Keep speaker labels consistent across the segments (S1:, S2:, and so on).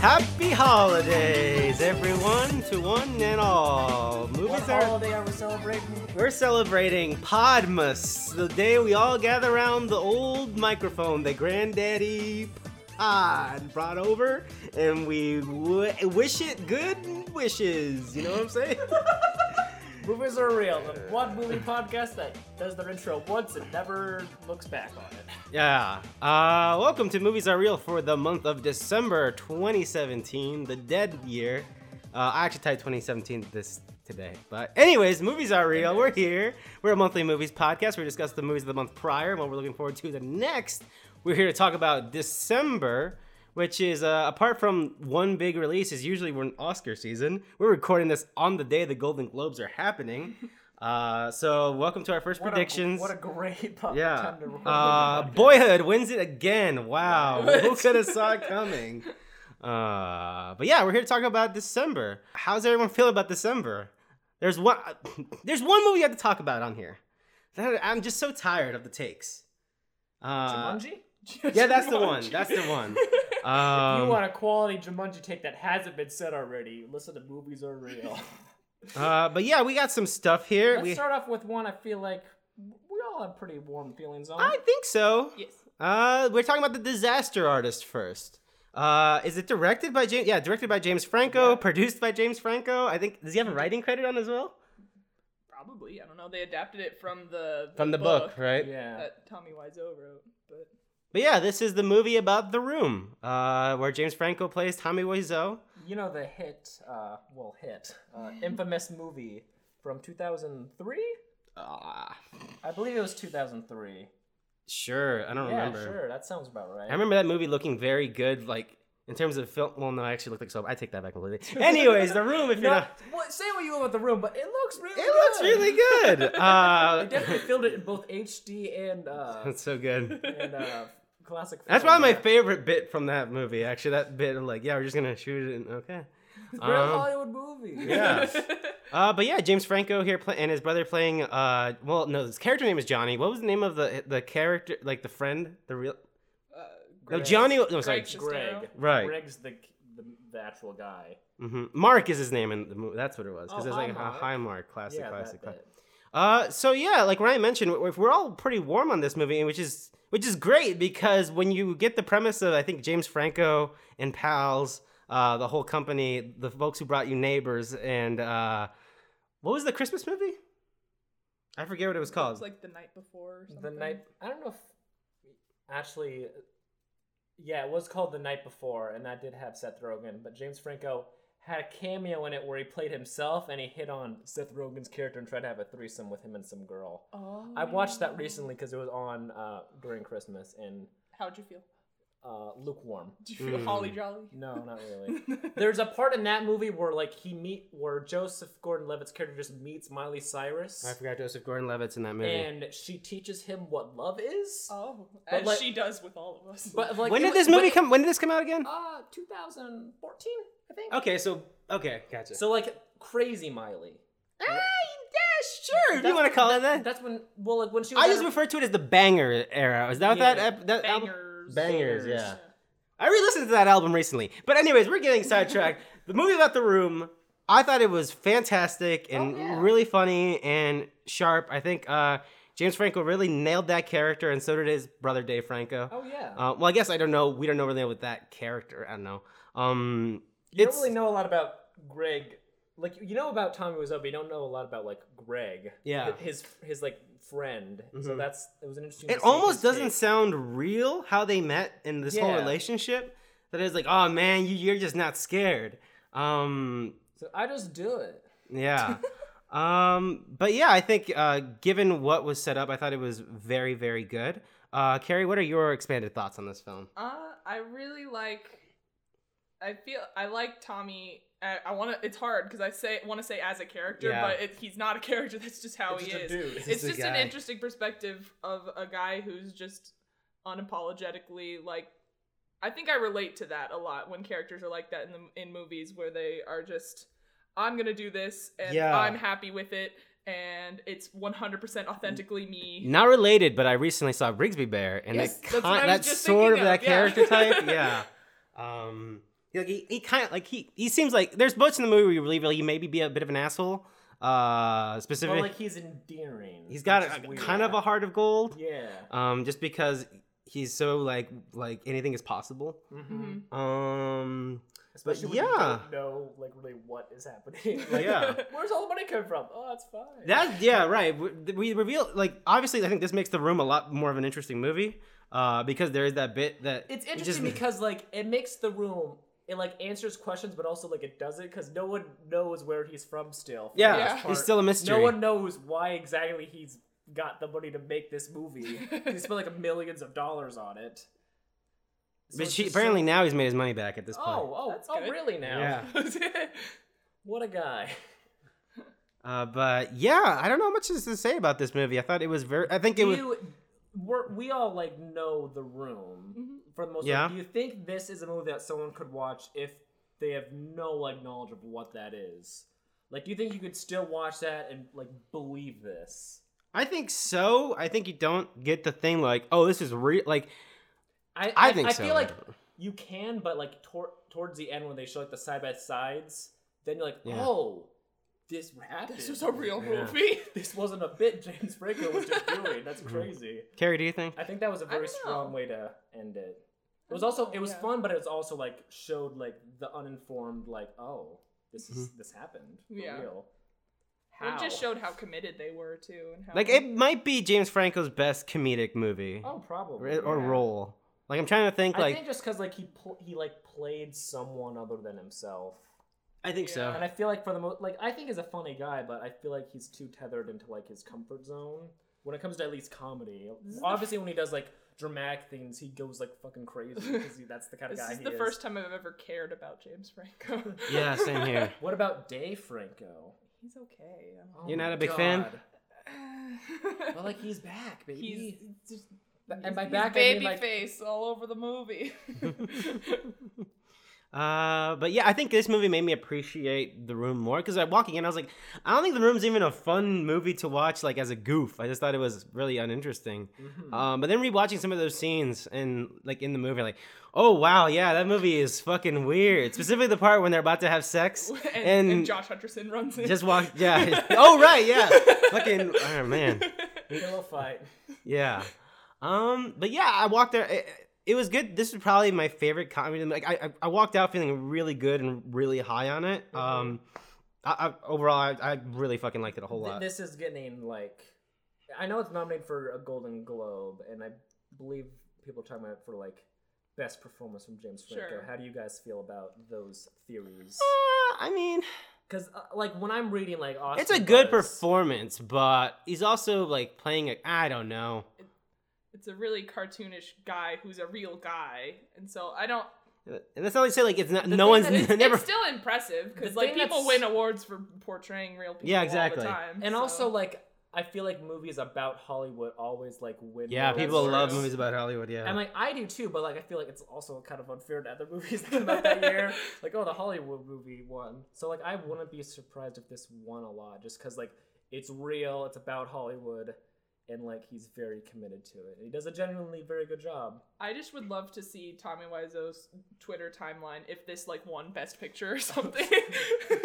S1: Happy holidays, everyone, to one and all.
S2: What
S1: Movies are.
S2: holiday are we celebrating?
S1: We're celebrating Podmas, the day we all gather around the old microphone that Granddaddy Pod brought over, and we w- wish it good wishes. You know what I'm saying?
S2: Movies are real. The one movie podcast that does their intro once and never looks back on it.
S1: Yeah. Uh, welcome to Movies Are Real for the month of December 2017, the dead year. Uh, I actually typed 2017 this today. But, anyways, Movies Are Real. We're here. We're a monthly movies podcast. We discuss the movies of the month prior and what we're looking forward to the next. We're here to talk about December, which is, uh, apart from one big release, is usually when Oscar season. We're recording this on the day the Golden Globes are happening. Uh, so, welcome to our first
S2: What a-
S1: predictions.
S2: what a great po-
S1: Yeah.
S2: time to record.
S1: Uh,
S2: a movie podcast.
S1: Boyhood wins it again. Wow.
S2: Right.
S1: Who could have saw it coming? Uh, but yeah, we're here to talk about December. How's everyone feel about December? There's one. There's one movie I have to talk about on here. That- I'm just so tired of the takes. Uh,
S2: Jumanji?
S1: yeah, that's the one.
S2: Jumanji.
S1: That's the one.
S2: If
S1: Um,
S2: you want a quality Jumanji take that hasn't been said already, listen to Movies Are Real.
S1: uh, but yeah, we got some stuff here.
S2: Let's
S1: We,
S2: start off with one I feel like we all have pretty warm feelings on.
S1: I think so.
S2: yes.
S1: Uh, we're talking about the disaster artist first. Uh, is it directed by James? Yeah, directed by James Franco,
S3: Yeah.
S1: produced by James Franco. I think does he have a writing credit on as well?
S3: Probably. I don't know. They adapted it from the, the
S1: From the book, right?
S2: Yeah.
S3: that Tommy Wiseau wrote. But
S1: But yeah, this is the movie about the room, uh, where James Franco plays Tommy Wiseau.
S2: You know the hit, uh, well, hit, uh, infamous movie from 2003?
S1: Ah,
S2: I believe it was 2003.
S1: sure. I don't
S2: yeah,
S1: remember.
S2: sure. That sounds about right.
S1: I remember that movie looking very good, like in terms of film. Well, no, I actually looked like soap. I take that back completely. Anyways, the room. If you're
S2: No,
S1: not,
S2: what, say what you want about the room, but it looks really
S1: it looks really good. Uh,
S2: they definitely filmed it in both HD and, uh,
S1: that's so good.
S2: and uh, classic film.
S1: That's probably my
S2: yeah.
S1: favorite bit from that movie. Actually, that bit of like, yeah, we're just gonna shoot it. And, okay.
S2: Great
S1: Um,
S2: Hollywood movie.
S1: Yeah. uh, but yeah, James Franco here play- and his brother playing. Uh, well, no, his character name is Johnny. What was the name of the the character, like the friend, the real?
S3: uh,
S1: No, Johnny. No, sorry.
S3: Greg.
S2: Greg.
S1: Right.
S2: Greg's the, the, the actual guy.
S1: hmm Mark is his name in the movie. That's what it was. Because
S2: Oh,
S1: it's
S2: hi,
S1: like a
S2: Mark.
S1: high mark, classic,
S2: yeah,
S1: classic,
S2: that,
S1: classic.
S2: bit.
S1: Uh, so yeah, like Ryan mentioned, we're, we're all pretty warm on this movie, which is which is great because when you get the premise of I think James Franco and pals, uh, the whole company, the folks who brought you Neighbors, and uh, what was the Christmas movie? I forget what it was called.
S3: It's like the night before. Or something.
S2: The night. I don't know if actually. Yeah, it was called The Night Before, and that did have Seth Rogen, but James Franco had a cameo in it where he played himself and he hit on Seth Rogen's character and tried to have a threesome with him and some girl.
S3: Oh.
S2: I watched that recently because it was on uh, during Christmas and
S3: How'd you feel?
S2: uh, lukewarm.
S3: Did you feel
S1: Mm.
S3: holly jolly?
S2: No, not really. There's a part in that movie where like he meet where Joseph Gordon-Levitt's character just meets Miley Cyrus,
S1: I forgot Joseph Gordon-Levitt's in that movie.
S2: and she teaches him what love is.
S3: oh,
S2: But
S3: as
S2: like-
S3: she does with all of us.
S2: but like
S1: when
S2: it
S1: did
S2: was-
S1: this movie
S2: but-
S1: come? When did this come out again?
S2: Uh, 2014, I think.
S1: Okay, so okay, gotcha. So
S2: So like crazy Miley.
S1: sure, if you
S2: That's-
S1: want to call it that.
S2: That's when well like when she was
S1: I
S2: at
S1: just
S2: her-
S1: refer to it as the banger era. Is that what that
S2: Yeah.
S1: ep- that album?
S3: bangers.
S1: Bangers,
S2: Bangers.
S1: yeah. I re-listened to that album recently. But anyways, we're getting sidetracked. the movie about the room, I thought it was fantastic and
S3: Oh, yeah.
S1: really funny and sharp. I think uh, James Franco really nailed that character, and so did his brother Dave Franco.
S2: Oh yeah.
S1: Uh, well, I guess I don't know. We don't know really with that character. I don't know. Um,
S2: you don't
S1: it's-
S2: really know a lot about Greg. Like you know about Tommy Wiseau, but you don't know a lot about like Greg.
S1: Yeah.
S2: His his like friend. So
S1: Mhm.
S2: that's it was an interesting.
S1: it
S2: to see
S1: almost
S2: his
S1: doesn't
S2: take.
S1: sound real how they met in this whole
S2: Yeah.
S1: relationship. That is like, oh man, you, you're just not scared. Um,
S2: So I just do it.
S1: Yeah. um, but yeah, I think uh, given what was set up, I thought it was very, very good. Uh, Carrie, what are your expanded thoughts on this film?
S3: Uh, I really like. I feel I like Tommy. I, I want to. It's hard because I say want to say as a character,
S1: Yeah.
S3: but it, he's not a character. That's just how
S2: It's
S3: he
S2: just a
S3: is.
S2: dude.
S3: it's
S1: a
S3: just
S1: guy.
S3: an interesting perspective of a guy who's just unapologetically like I think I relate to that a lot when characters are like that in the in movies where they are just I'm going to do this and
S1: Yeah.
S3: I'm happy with it and it's 100% authentically me.
S1: Not related, but I recently saw Brigsby Bear, and
S3: Yes,
S1: that,
S3: that's
S1: con-
S3: what I was
S1: that's
S3: just
S1: sort of
S3: thinking
S1: that
S3: of, yeah.
S1: character type. Yeah. Um, He, like he, he kind of like he he seems like there's books in the movie where you believe like, he maybe be a bit of an asshole. Uh,
S2: But
S1: specifically,
S2: like he's endearing.
S1: he's got
S2: which is
S1: a,
S2: weird.
S1: kind of a heart of gold.
S2: Yeah.
S1: Um, just because he's so like like anything is possible.
S2: Mm-hmm.
S1: Um,
S2: Especially when you
S1: yeah.
S2: don't know like really what is happening.
S1: Like, yeah.
S2: Where's all the money come from? Oh, that's fine.
S1: That yeah, right. We, we reveal like obviously I think this makes the room a lot more of an interesting movie uh, because there is that bit that
S2: It's
S1: it just-
S2: interesting because like it makes the room it like answers questions, but also like it doesn't because no one knows where he's from still. for the
S1: yeah,
S2: most
S3: Yeah.
S1: he's
S2: part.
S1: still a mystery.
S2: No one knows why exactly he's got the money to make this movie. he spent like millions of dollars on it. So
S1: but
S2: it's
S1: she,
S2: just so-
S1: apparently now he's made his money back at this
S2: oh,
S1: point.
S2: oh,
S3: That's
S2: oh,
S3: good.
S2: really now?
S1: Yeah.
S3: Mm-hmm.
S2: What a guy.
S1: Uh, but yeah, I don't know how much is to say about this movie. I thought it was very. I think it
S2: Do
S1: was.
S2: you, we're, we all like know the room for the most
S1: Yeah.
S2: part. Do you think this is a movie that someone could watch if they have no like knowledge of what that is? Like, do you think you could still watch that and like believe this?
S1: I think so. I think you don't get the thing like, oh, this is real. Like
S2: I
S1: I think
S2: I
S1: so.
S2: feel like you can, but like tor- towards the end when they show like the side by sides, then you're like,
S1: Yeah.
S2: oh, this happened.
S3: this is a real
S1: Yeah.
S3: movie.
S2: This wasn't a bit James Franco was just doing. That's crazy.
S1: Carrie, do you think?
S2: I think that was a
S3: I
S2: very
S3: don't
S2: strong
S3: know.
S2: way to end it. It
S3: I
S2: was
S3: don't
S2: also
S3: know,
S2: it was
S3: yeah.
S2: fun, but it was also like showed like the uninformed like oh this is this happened for
S3: Yeah.
S2: real. How?
S3: It just showed how committed they were too, and how
S1: Like it might be James Franco's best comedic movie
S2: oh
S1: or,
S2: probably.
S1: or
S3: yeah.
S1: role. Like I'm trying to think.
S2: I
S1: Like
S2: think just because like he pl- he like played someone other than himself,
S1: I think so.
S3: Yeah.
S2: and I feel like for the most like I think he's a funny guy, but I feel like he's too tethered into like his comfort zone when it comes to at least comedy. Obviously, when he does like dramatic things, he goes like fucking crazy because he- that's the kind of
S3: This
S2: guy
S3: is
S2: he
S3: the
S2: is.
S3: first time I've ever cared about James Franco.
S1: yeah, same here.
S2: What about Dave Franco?
S3: He's okay. I'm-
S2: Oh
S1: You're not
S2: my
S1: a big fan?
S2: God. Well, like he's back, baby.
S3: he's just
S2: and by
S3: he's
S2: back I
S3: baby
S2: mean like
S3: face all over the movie.
S1: Uh, but yeah, I think this movie made me appreciate The Room more because I walking in, I was like, I don't think The Room's even a fun movie to watch like as a goof. I just thought it was really uninteresting.
S2: Mhm.
S1: Um, but then rewatching some of those scenes and like in the movie, like, oh wow, yeah, that movie is fucking weird. Specifically the part when they're about to have sex
S3: and,
S1: and,
S3: and Josh Hutcherson runs in.
S1: just walk, yeah. oh right, yeah. fucking, oh man,
S2: pillow fight.
S1: yeah. Um, but yeah, I walked there. It, it was good. This is probably my favorite comedy. Like I, I, I walked out feeling really good and really high on
S2: Mm-hmm.
S1: it. Um, I, I overall, I, I really fucking liked it a whole
S2: Th-
S1: lot.
S2: This is getting like, I know it's nominated for a Golden Globe, and I believe people are talking about it for like best performance from James Franco.
S3: Sure.
S2: How do you guys feel about those theories?
S1: Uh, I mean,
S2: Because uh, like when I'm reading like Oscar
S1: it's a good
S2: buzz-
S1: performance, but he's also like playing a. I don't know.
S3: it's a really cartoonish guy who's a real guy, and so I don't.
S1: And that's not like say like it's not.
S2: The
S1: no one's
S2: thing that is-
S3: It's,
S1: never.
S3: it's still impressive
S2: The
S3: because like
S2: thing
S3: people
S2: that's-
S3: win awards for portraying real people.
S1: Yeah,
S3: All
S1: exactly.
S3: the time,
S2: and
S3: so-
S2: also like I feel like movies about Hollywood always like win.
S1: yeah,
S2: those
S1: people
S3: true.
S1: love
S2: awards.
S1: movies about Hollywood. Yeah.
S2: And like I do too, but like I feel like it's also kind of unfair to other movies that come out that year. Like oh, the Hollywood movie won, so like I wouldn't be surprised if this won a lot, just because like it's real, it's about Hollywood, and like he's very committed to it. And he does a genuinely very good job.
S3: I just would love to see Tommy Wiseau's Twitter timeline if this like won Best Picture or something.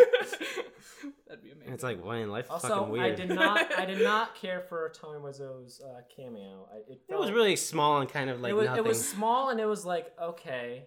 S3: That'd be amazing.
S1: it's like Wayne, life is fucking
S2: Also, I
S1: weird.
S2: did not, I did not care for Tommy Wiseau's uh, cameo. I, it,
S1: It was
S2: felt-
S1: really small and kind of like
S2: it was,
S1: nothing.
S2: it was small, and it was like okay,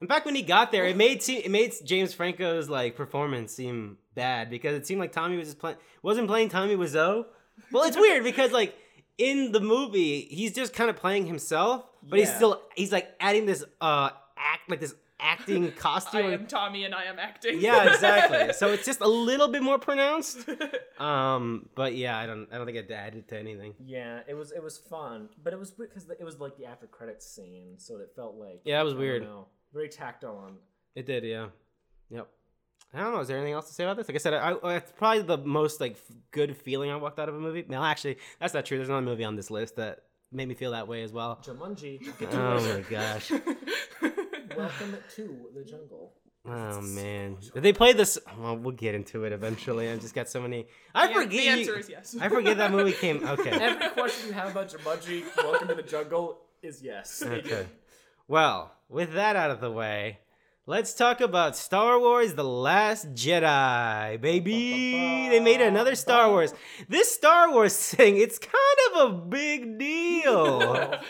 S1: In fact, when he got
S3: Oh.
S1: there, it made se- it made James Franco's like performance seem bad because it seemed like Tommy was just playing wasn't playing Tommy Wiseau. Well, it's weird because like in the movie, he's just kind of playing himself, but he's
S2: Yeah.
S1: still he's like adding this uh act like this acting costume.
S3: I am Tommy and I am acting.
S1: yeah, exactly. So it's just a little bit more pronounced. Um, but yeah, I don't I don't think it added to anything.
S2: yeah, it was it was fun, but it was because it was like the after credits scene, so it felt like
S1: Yeah, that was
S2: I don't
S1: weird.
S2: know. Very tacked on.
S1: It did, yeah. Yep. I don't know. Is there anything else to say about this? Like I said, I, I, it's probably the most like f- good feeling I walked out of a movie. No, actually, that's not true. There's another movie on this list that made me feel that way as well.
S2: Jumanji. Get to
S1: Oh my
S2: work.
S1: gosh.
S2: Welcome to the jungle.
S1: Oh man. Did they play this? Well, we'll get into it eventually. I've just got so many. I
S3: The an-
S1: forget.
S3: The
S1: you-
S3: answer is yes.
S1: I forget that movie came. Okay.
S2: Every question you have about Jumanji, Welcome to the Jungle, is yes.
S1: Okay. Well, with that out of the way, Let's talk about Star Wars The Last Jedi, baby. They made another Star Wars. This Star Wars thing, it's kind of a big deal.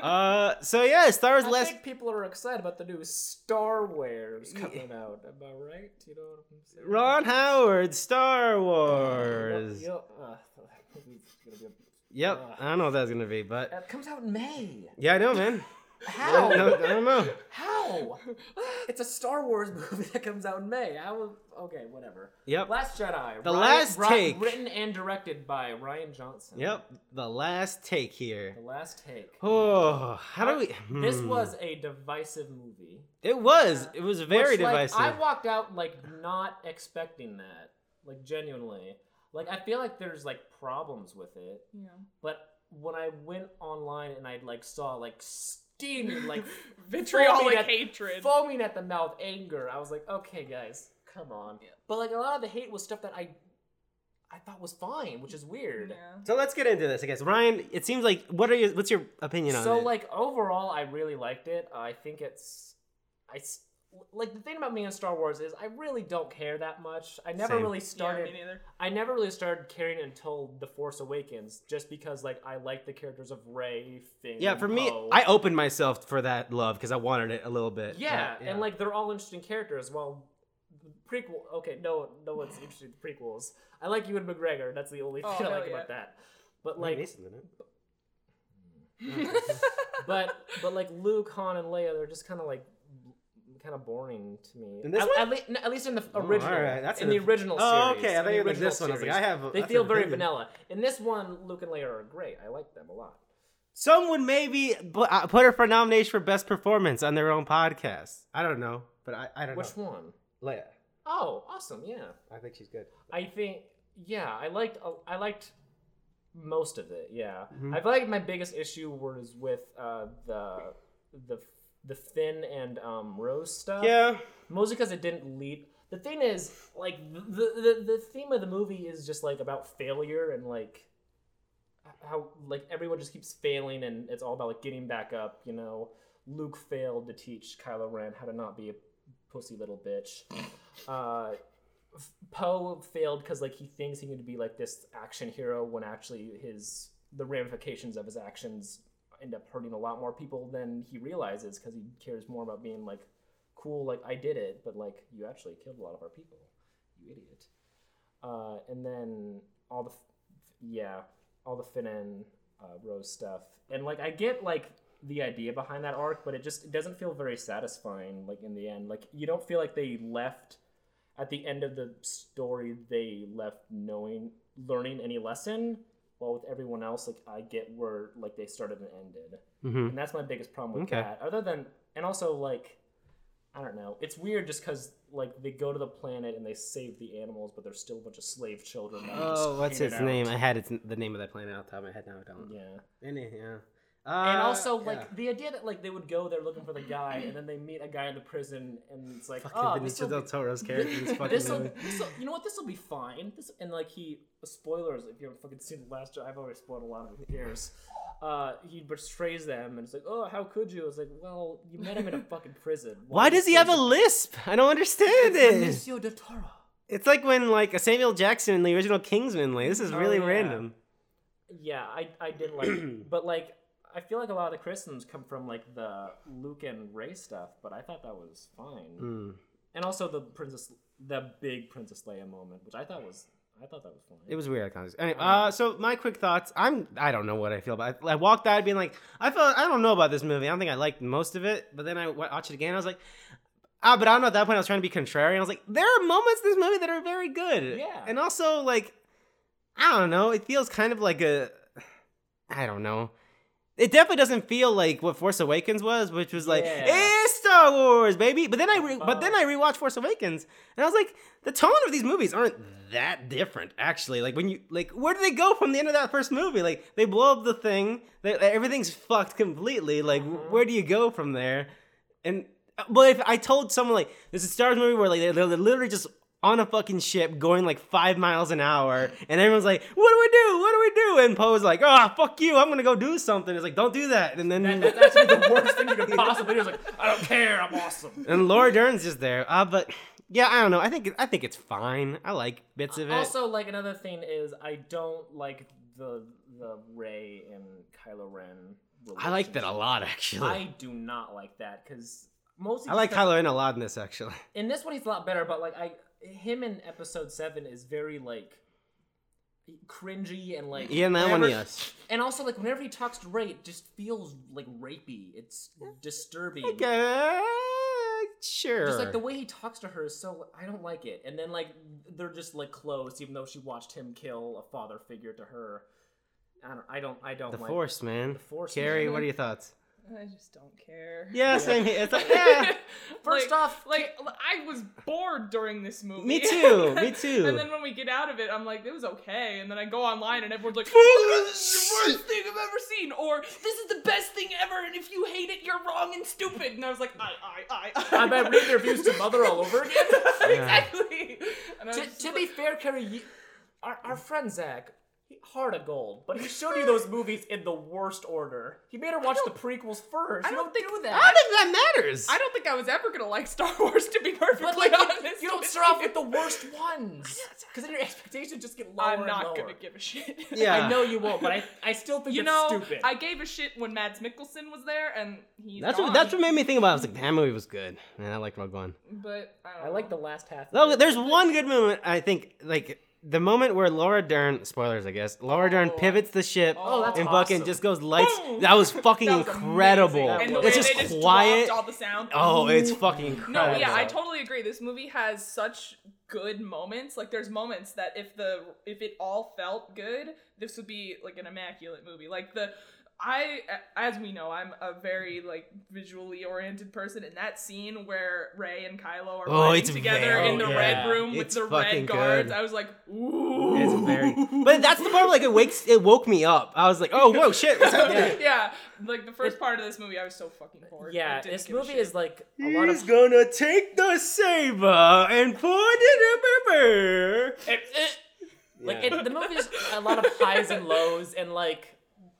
S1: uh, so yeah, Star Wars
S2: I
S1: Last.
S2: think people are excited about the new Star Wars coming out. Am I right? You know what I'm saying?
S1: Ron Howard, Star Wars.
S2: Yep. Uh, that movie's gonna be a-
S1: Yep, I don't know what that's gonna be, but
S2: Uh, It comes out in May.
S1: yeah, I know, man.
S2: How?
S1: I don't know. I don't know.
S2: How? It's a Star Wars movie that comes out in May. I will. Okay, whatever.
S1: Yep.
S2: Last Jedi.
S1: The Last Take.
S2: Written and directed by Ryan Johnson.
S1: Yep, the last take here.
S2: The Last Take.
S1: Oh, how do we?
S2: This
S1: hmm.
S2: was a divisive movie.
S1: It was. It was very
S2: Which, like,
S1: divisive.
S2: I walked out like not expecting that, like genuinely. Like I feel like there's like problems with it,
S3: Yeah.
S2: but when I went online and I like saw like steaming, like
S3: vitriolic
S2: at-
S3: hatred.
S2: foaming at the mouth, anger, I was like, okay, guys, come on.
S3: Yeah.
S2: But like a lot of the hate was stuff that I, I thought was fine, which is weird.
S3: Yeah.
S1: so let's get into this, I guess. Ryan, it seems like what are your what's your opinion on
S2: so
S1: it?
S2: like overall i really liked it i think it's i s- like the thing about me and star wars is i really don't care that much i never
S1: Same.
S2: really
S3: yeah,
S2: started
S3: me neither.
S2: i never really started caring until the force awakens just because like i like the characters of ray Finn,
S1: yeah, for me,
S2: Poe.
S1: I opened myself for that love because I wanted it a little bit.
S2: yeah, and like they're all interesting characters well the prequel okay no no one's interested in prequels i like ewan mcgregor that's the only thing
S3: Oh,
S2: i
S3: hell
S2: like about
S3: yeah.
S2: that but like
S3: yeah,
S2: but but like Luke, Han, and Leia, they're just kind of like kind of boring to me.
S1: In this
S2: at,
S1: one? Oh,
S2: at, le- no, at least in the f- original.
S1: all right, that's
S2: in
S1: an
S2: the
S1: op-
S2: original
S1: Oh,
S2: series.
S1: okay. I
S2: in the
S1: thought you were like
S2: original
S1: this one. I was like,
S2: series.
S1: I have.
S2: They
S1: that's
S2: feel
S1: an
S2: very
S1: opinion.
S2: vanilla. In this one, Luke and Leia are great. I like them a lot.
S1: Some would maybe bu- uh, put her for nomination for best performance on their own podcast. I don't know, but I, I don't
S2: Which
S1: know.
S2: one?
S1: Leia,
S2: Oh, awesome! Yeah,
S1: I think she's good.
S2: I think yeah, I liked uh, I liked most of it. Yeah,
S1: Mhm.
S2: I feel like my biggest issue was with uh, the the the Finn and um, Rose stuff.
S1: Yeah,
S2: mostly because it didn't lead. The thing is, like the, the the theme of the movie is just like about failure and like how like everyone just keeps failing and it's all about like getting back up. You know, Luke failed to teach Kylo Ren how to not be a pussy little bitch. Uh, F- Poe failed because like he thinks he can be like this action hero when actually his the ramifications of his actions end up hurting a lot more people than he realizes because he cares more about being like cool like i did it but like you actually killed a lot of our people you idiot uh, and then all the f- yeah all the finn and uh, rose stuff and like i get like the idea behind that arc but it just it doesn't feel very satisfying like in the end like you don't feel like they left at the end of the story they left knowing learning any lesson while with everyone else like i get where like they started and ended
S1: mm-hmm.
S2: and that's my biggest problem with
S1: Okay.
S2: that. Other than, and also like, I don't know. It's weird just because like they go to the planet and they save the animals, but there's still a bunch of slave children. that are just
S1: Oh, what's
S2: handed
S1: its
S2: out.
S1: name? I had its, the name of that planet off the top of my head. Now I don't.
S2: Yeah.
S1: Any, yeah.
S2: and
S1: Uh,
S2: also like
S1: yeah.
S2: the idea that like they would go there looking for the guy, and then they meet a guy in the prison, and it's like,
S1: fucking
S2: oh, this
S1: Benicio
S2: will
S1: del Toro's character in this fucking
S2: this will,
S1: movie.
S2: you know what? This will be fine. This and like he spoilers if you haven't fucking seen the last. I've already spoiled a lot of it. Years. Uh, he betrays them and it's like, oh, how could you? It's like, well, you met him in a fucking prison.
S1: Why
S2: would
S1: does
S2: you
S1: he have
S2: say
S1: a lisp? I don't understand it.
S2: Benicio del Toro.
S1: It's like when like Samuel Jackson in the original Kingsman. Like this is
S2: Oh,
S1: really
S2: yeah.
S1: random.
S2: Yeah, I I did like, but like I feel like a lot of the criticisms come from like the Luke and Ray stuff, but I thought that was fine.
S1: Mm.
S2: And also the princess, the big Princess Leia moment, which I thought was I thought that was fine.
S1: It was weird. Kind of.
S2: Oh,
S1: Anyway, uh, so my quick thoughts. I'm. I don't know what I feel about. It. I walked out being like, I felt. I don't know about this movie. I don't think I liked most of it. But then I wa- watched it again. I was like, ah. But I don't know. At that point, I was trying to be contrarian. I was like, there are moments in this movie that are very good.
S2: Yeah.
S1: And also like, I don't know. It feels kind of like a. I don't know. It definitely doesn't feel like what Force Awakens was, which was like,
S2: Yeah.
S1: it's Star Wars, baby. But then I re- but
S2: Uh-huh.
S1: then I rewatched Force Awakens, and I was like, the tone of these movies aren't that different, actually. Like when you like, where do they go from the end of that first movie? Like they blow up the thing, they, everything's fucked completely. Like
S2: Mhm.
S1: where do you go uh, from there? And but if I told someone like, this is a Star Wars movie where like they, they literally just on a fucking ship going like five miles an hour, and everyone's like, "What do we do? What do we do?" And Poe's like, "Ah, fuck you! I'm gonna go do something." It's like, "Don't do that!" And then
S2: That, that's actually the worst thing you could possibly do. It's like, I don't care, I'm awesome.
S1: and Laura Dern's is there. Uh, but yeah, I don't know. I think I think it's fine. I like bits of it.
S2: Also, like another thing is, I don't like the the Ray and Kylo Ren.
S1: I like that a
S2: relationship.
S1: lot, actually. I,
S2: I do not like that because mostly
S1: like
S2: because-
S1: Kylo Ren a lot in this, actually.
S2: in this one he's a lot better, but like I him in episode seven is very like cringy and like
S1: Yeah, in that one,
S2: whenever-
S1: yes.
S2: and also like whenever he talks to Ray, it just feels like rapey. It's disturbing.
S1: Okay, uh, sure.
S2: Just like the way he talks to her is so I don't like it. And then like they're just like close, even though she watched him kill a father figure to her. I don't I don't I don't
S1: The
S2: like
S1: Force, man.
S2: The Force,
S1: Carrie,
S2: man.
S1: what are your thoughts?
S3: I just don't care.
S1: Yeah, same here. It's like, yeah.
S2: First
S3: Like-
S2: off,
S3: Like I was bored during this movie.
S1: Me too, me too.
S3: and then when we get out of it, I'm like, it was okay. And then I go online and everyone's like, this is the worst thing I've ever seen, or this is the best thing ever, and if you hate it, you're wrong and stupid. And I was like, I, I, I.
S2: I bet reading reviews to Mother all over again.
S3: exactly. And I
S2: to,
S3: was just
S2: to
S3: like-
S2: be fair, Kerry, you, our, our friend Zach, he- heart of gold, but he showed you those movies in the worst order. He made her watch the prequels first.
S3: I
S2: you don't,
S3: don't think-
S2: do
S1: I
S2: that.
S1: don't think that matters.
S3: I don't think I was ever gonna like Star Wars, to be perfectly
S2: But like, you,
S3: honest.
S2: you don't
S3: with
S2: start off
S3: you.
S2: with the worst ones, because then your expectations just get lower
S3: I'm
S2: and
S3: not
S2: lower.
S3: gonna give a shit.
S1: Yeah.
S2: I know you won't, but I, I still think
S3: You
S2: it's
S3: know,
S2: stupid.
S3: I gave a shit when Mads Mikkelsen was there, and he's
S1: That's
S3: gone.
S1: what, that's what made me think about it. I was like, that movie was good. Man, I liked Rogue One.
S3: But I, don't
S2: I like the last half.
S1: Though
S2: of it.
S1: there's one good moment, I think, like the moment where Laura Dern, spoilers, I guess, Laura Dern
S3: Oh.
S1: pivots the ship
S2: Oh, that's
S1: and
S2: awesome.
S1: fucking just goes lights.
S3: Boom.
S1: That was fucking
S3: That was
S1: incredible.
S2: amazing.
S3: amazing. And the
S1: It's
S3: way
S1: just
S3: they just
S1: quiet.
S3: dropped all the sound.
S1: Oh, it's fucking
S3: No,
S1: incredible.
S3: yeah,
S2: incredible.
S3: I totally agree. This movie has such good moments. Like there's moments that if the if it all felt good, this would be like an immaculate movie. Like the I as we know, I'm a very like visually oriented person and that scene where Ray and Kylo are
S1: Oh,
S3: fighting
S1: it's
S3: together
S1: very
S3: in the
S2: good.
S3: red room with
S1: It's
S3: the
S1: fucking
S3: red guards,
S1: good.
S3: I was like, ooh.
S1: It's very, but that's the part like it wakes, it woke me up. I was like, oh whoa, shit, what's happening?
S3: yeah, like the first part of this movie, I was so fucking bored.
S2: yeah,
S3: I didn't
S2: this
S3: give a
S2: movie
S3: shit.
S2: is like a lot of.
S1: gonna take the saber and put it in
S2: It- it- eh, Like it, the movie is a lot of highs and lows, and like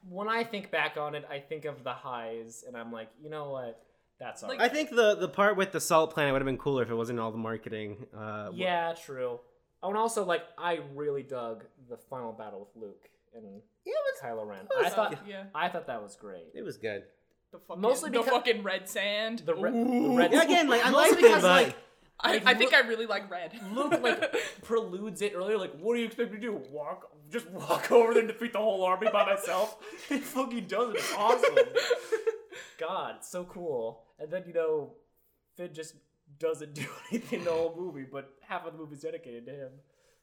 S2: when I think back on it, I think of the highs, and I'm like, you know what? That's all.
S3: Like-
S1: I think the the part with the salt planet would have been cooler if it wasn't all the marketing. Uh,
S2: yeah, true. Oh, and also like I really dug the final battle with Luke and
S1: Yeah, it
S2: Kylo Ren.
S1: was-
S2: I thought
S3: yeah.
S2: I thought that was great.
S1: was, it was good.
S3: The fucking,
S2: Mostly
S3: the
S2: because-
S3: fucking red sand.
S2: The re- the
S3: Ooh.
S2: red-
S1: Yeah, again, like I
S2: Mostly
S1: liked it,
S2: because,
S1: but
S2: like,
S3: I,
S2: like,
S3: I think
S2: Lu-
S3: I really like red.
S2: Luke like preludes it earlier, like, what do you expect me to do? Walk, just walk over there and defeat the whole army by myself? He fucking does it. It's awesome. God, so cool. And then you know, Finn just doesn't do anything the whole movie, but half of the movie's dedicated to him.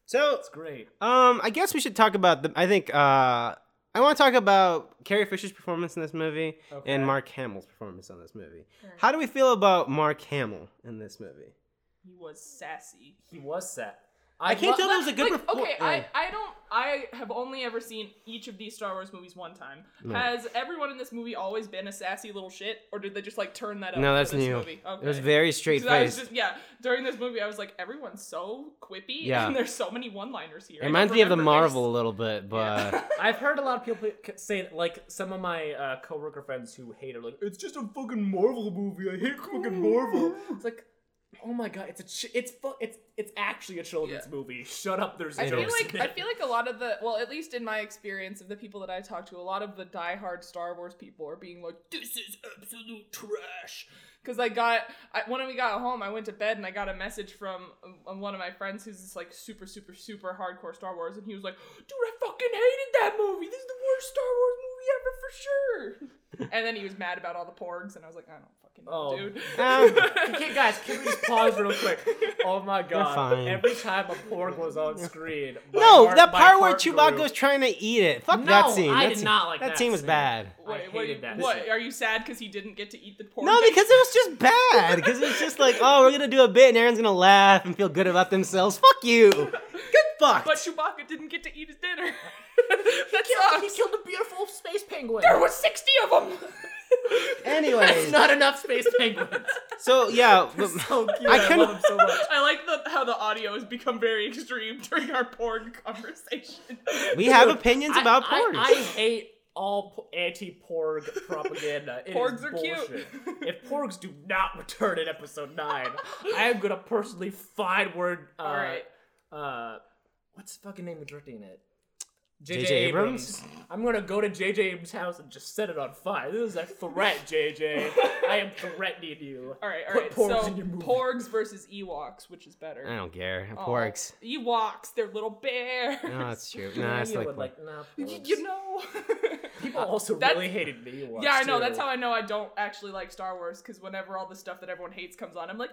S1: so
S2: It's great.
S1: um, I guess we should talk about the. I think uh, I want to talk about Carrie Fisher's performance in this movie
S2: Okay.
S1: and Mark Hamill's performance on this movie. How do we feel about Mark Hamill in this movie?
S3: he was sassy.
S2: He was set.
S1: I can't tell
S2: lo-
S1: that was a good
S3: Like,
S1: perfor-
S3: okay, I,
S1: yeah.
S3: I don't I have only ever seen each of these Star Wars movies one time.
S1: No.
S3: Has everyone in this movie always been a sassy little shit, or did they just like turn that up?
S1: No,
S3: for
S1: that's
S3: this
S1: new.
S3: Movie? Okay.
S1: It was very straight
S3: 'Cause I was
S1: faced.
S3: just- yeah, during this movie, I was like, everyone's so quippy,
S1: Yeah.
S3: and there's so many one-liners here.
S1: It
S3: I
S1: reminds
S3: don't
S1: me of the uh,
S3: remember there's-
S1: Marvel a little bit, but
S3: Yeah.
S2: I've heard a lot of people c- say, like, some of my uh, coworker friends who hate it, are like, it's just a fucking Marvel movie. I hate fucking Marvel. It's like, oh my god, it's a, ch- it's fu- it's it's actually a children's movie. Shut up, there's
S3: I
S1: It
S3: feel
S1: is.
S2: jokes
S3: like
S2: in
S3: I
S2: it.
S3: feel like a lot of the well, at least in my experience of the people that I talk to, a lot of the diehard Star Wars people are being like, "This is absolute trash." Because I got I, when we got home, I went to bed and I got a message from um, one of my friends who's this like super super super hardcore Star Wars, and he was like, "Dude, I fucking hated that movie. This is the worst Star Wars movie ever for sure." and then he was mad about all the porgs, and I was like, "I don't fucking know,
S2: Oh.
S3: dude."
S1: Um,
S2: Okay, guys, can we just pause real quick? Oh my god!
S1: fine.
S2: Every time a porg was on screen, my
S1: no,
S2: heart-
S1: that
S2: my
S1: part where
S2: heart
S1: Chewbacca
S2: grew.
S1: was trying to eat it. Fuck
S2: No,
S1: that scene.
S2: I
S1: that
S2: did
S1: scene,
S2: not like that
S1: scene was
S2: scene.
S1: bad.
S3: What,
S2: I
S3: what,
S2: hated that
S3: what
S2: scene.
S3: are you sad because he didn't get to eat the porg?
S1: No, because it was just bad. Because it was just like, oh, we're gonna do a bit and everyone's gonna laugh and feel good about themselves. Fuck you. Good fuck.
S3: But Chewbacca didn't get to eat his dinner.
S2: He
S3: that
S2: killed, he
S1: Oh,
S3: sucks.
S2: killed a beautiful space penguin.
S3: There was 60 of them.
S2: It's
S1: Anyways,
S2: not enough space penguins.
S1: so yeah,
S2: They're
S1: but-
S2: so cute.
S1: I
S2: I,
S1: can-
S2: love them so much.
S3: I like the, how the audio has become very extreme during our porn conversation.
S1: we have opinions
S2: I-
S1: about
S2: I-
S1: porn.
S2: I, hate all po- anti-porg propaganda. It is
S3: Porgs are
S2: bullshit.
S3: cute.
S2: If porgs do not return in episode nine, I am gonna personally find word. Uh,
S3: All right.
S2: Uh, what's the fucking name of directing it?
S1: J.J. Abrams?
S2: I'm gonna go to JJ Abrams' house and just set it on fire. This is a threat, JJ. I am threatening you.
S3: All right, all
S2: Put
S3: right.
S2: porgs
S3: so
S2: in your movie.
S3: porgs versus Ewoks, which is better?
S1: I don't care.
S3: Aw,
S1: Porks.
S3: Ewoks, they're little bears.
S1: No, that's true.
S2: You know,
S1: No, that's
S2: you
S1: like,
S2: would like, nah,
S3: Y-
S2: porgs.
S3: you know.
S2: People also
S3: that's-
S2: really hated the Ewoks.
S3: yeah, I know.
S2: too.
S3: That's how I know I don't actually like Star Wars because whenever all the stuff that everyone hates comes on, I'm like,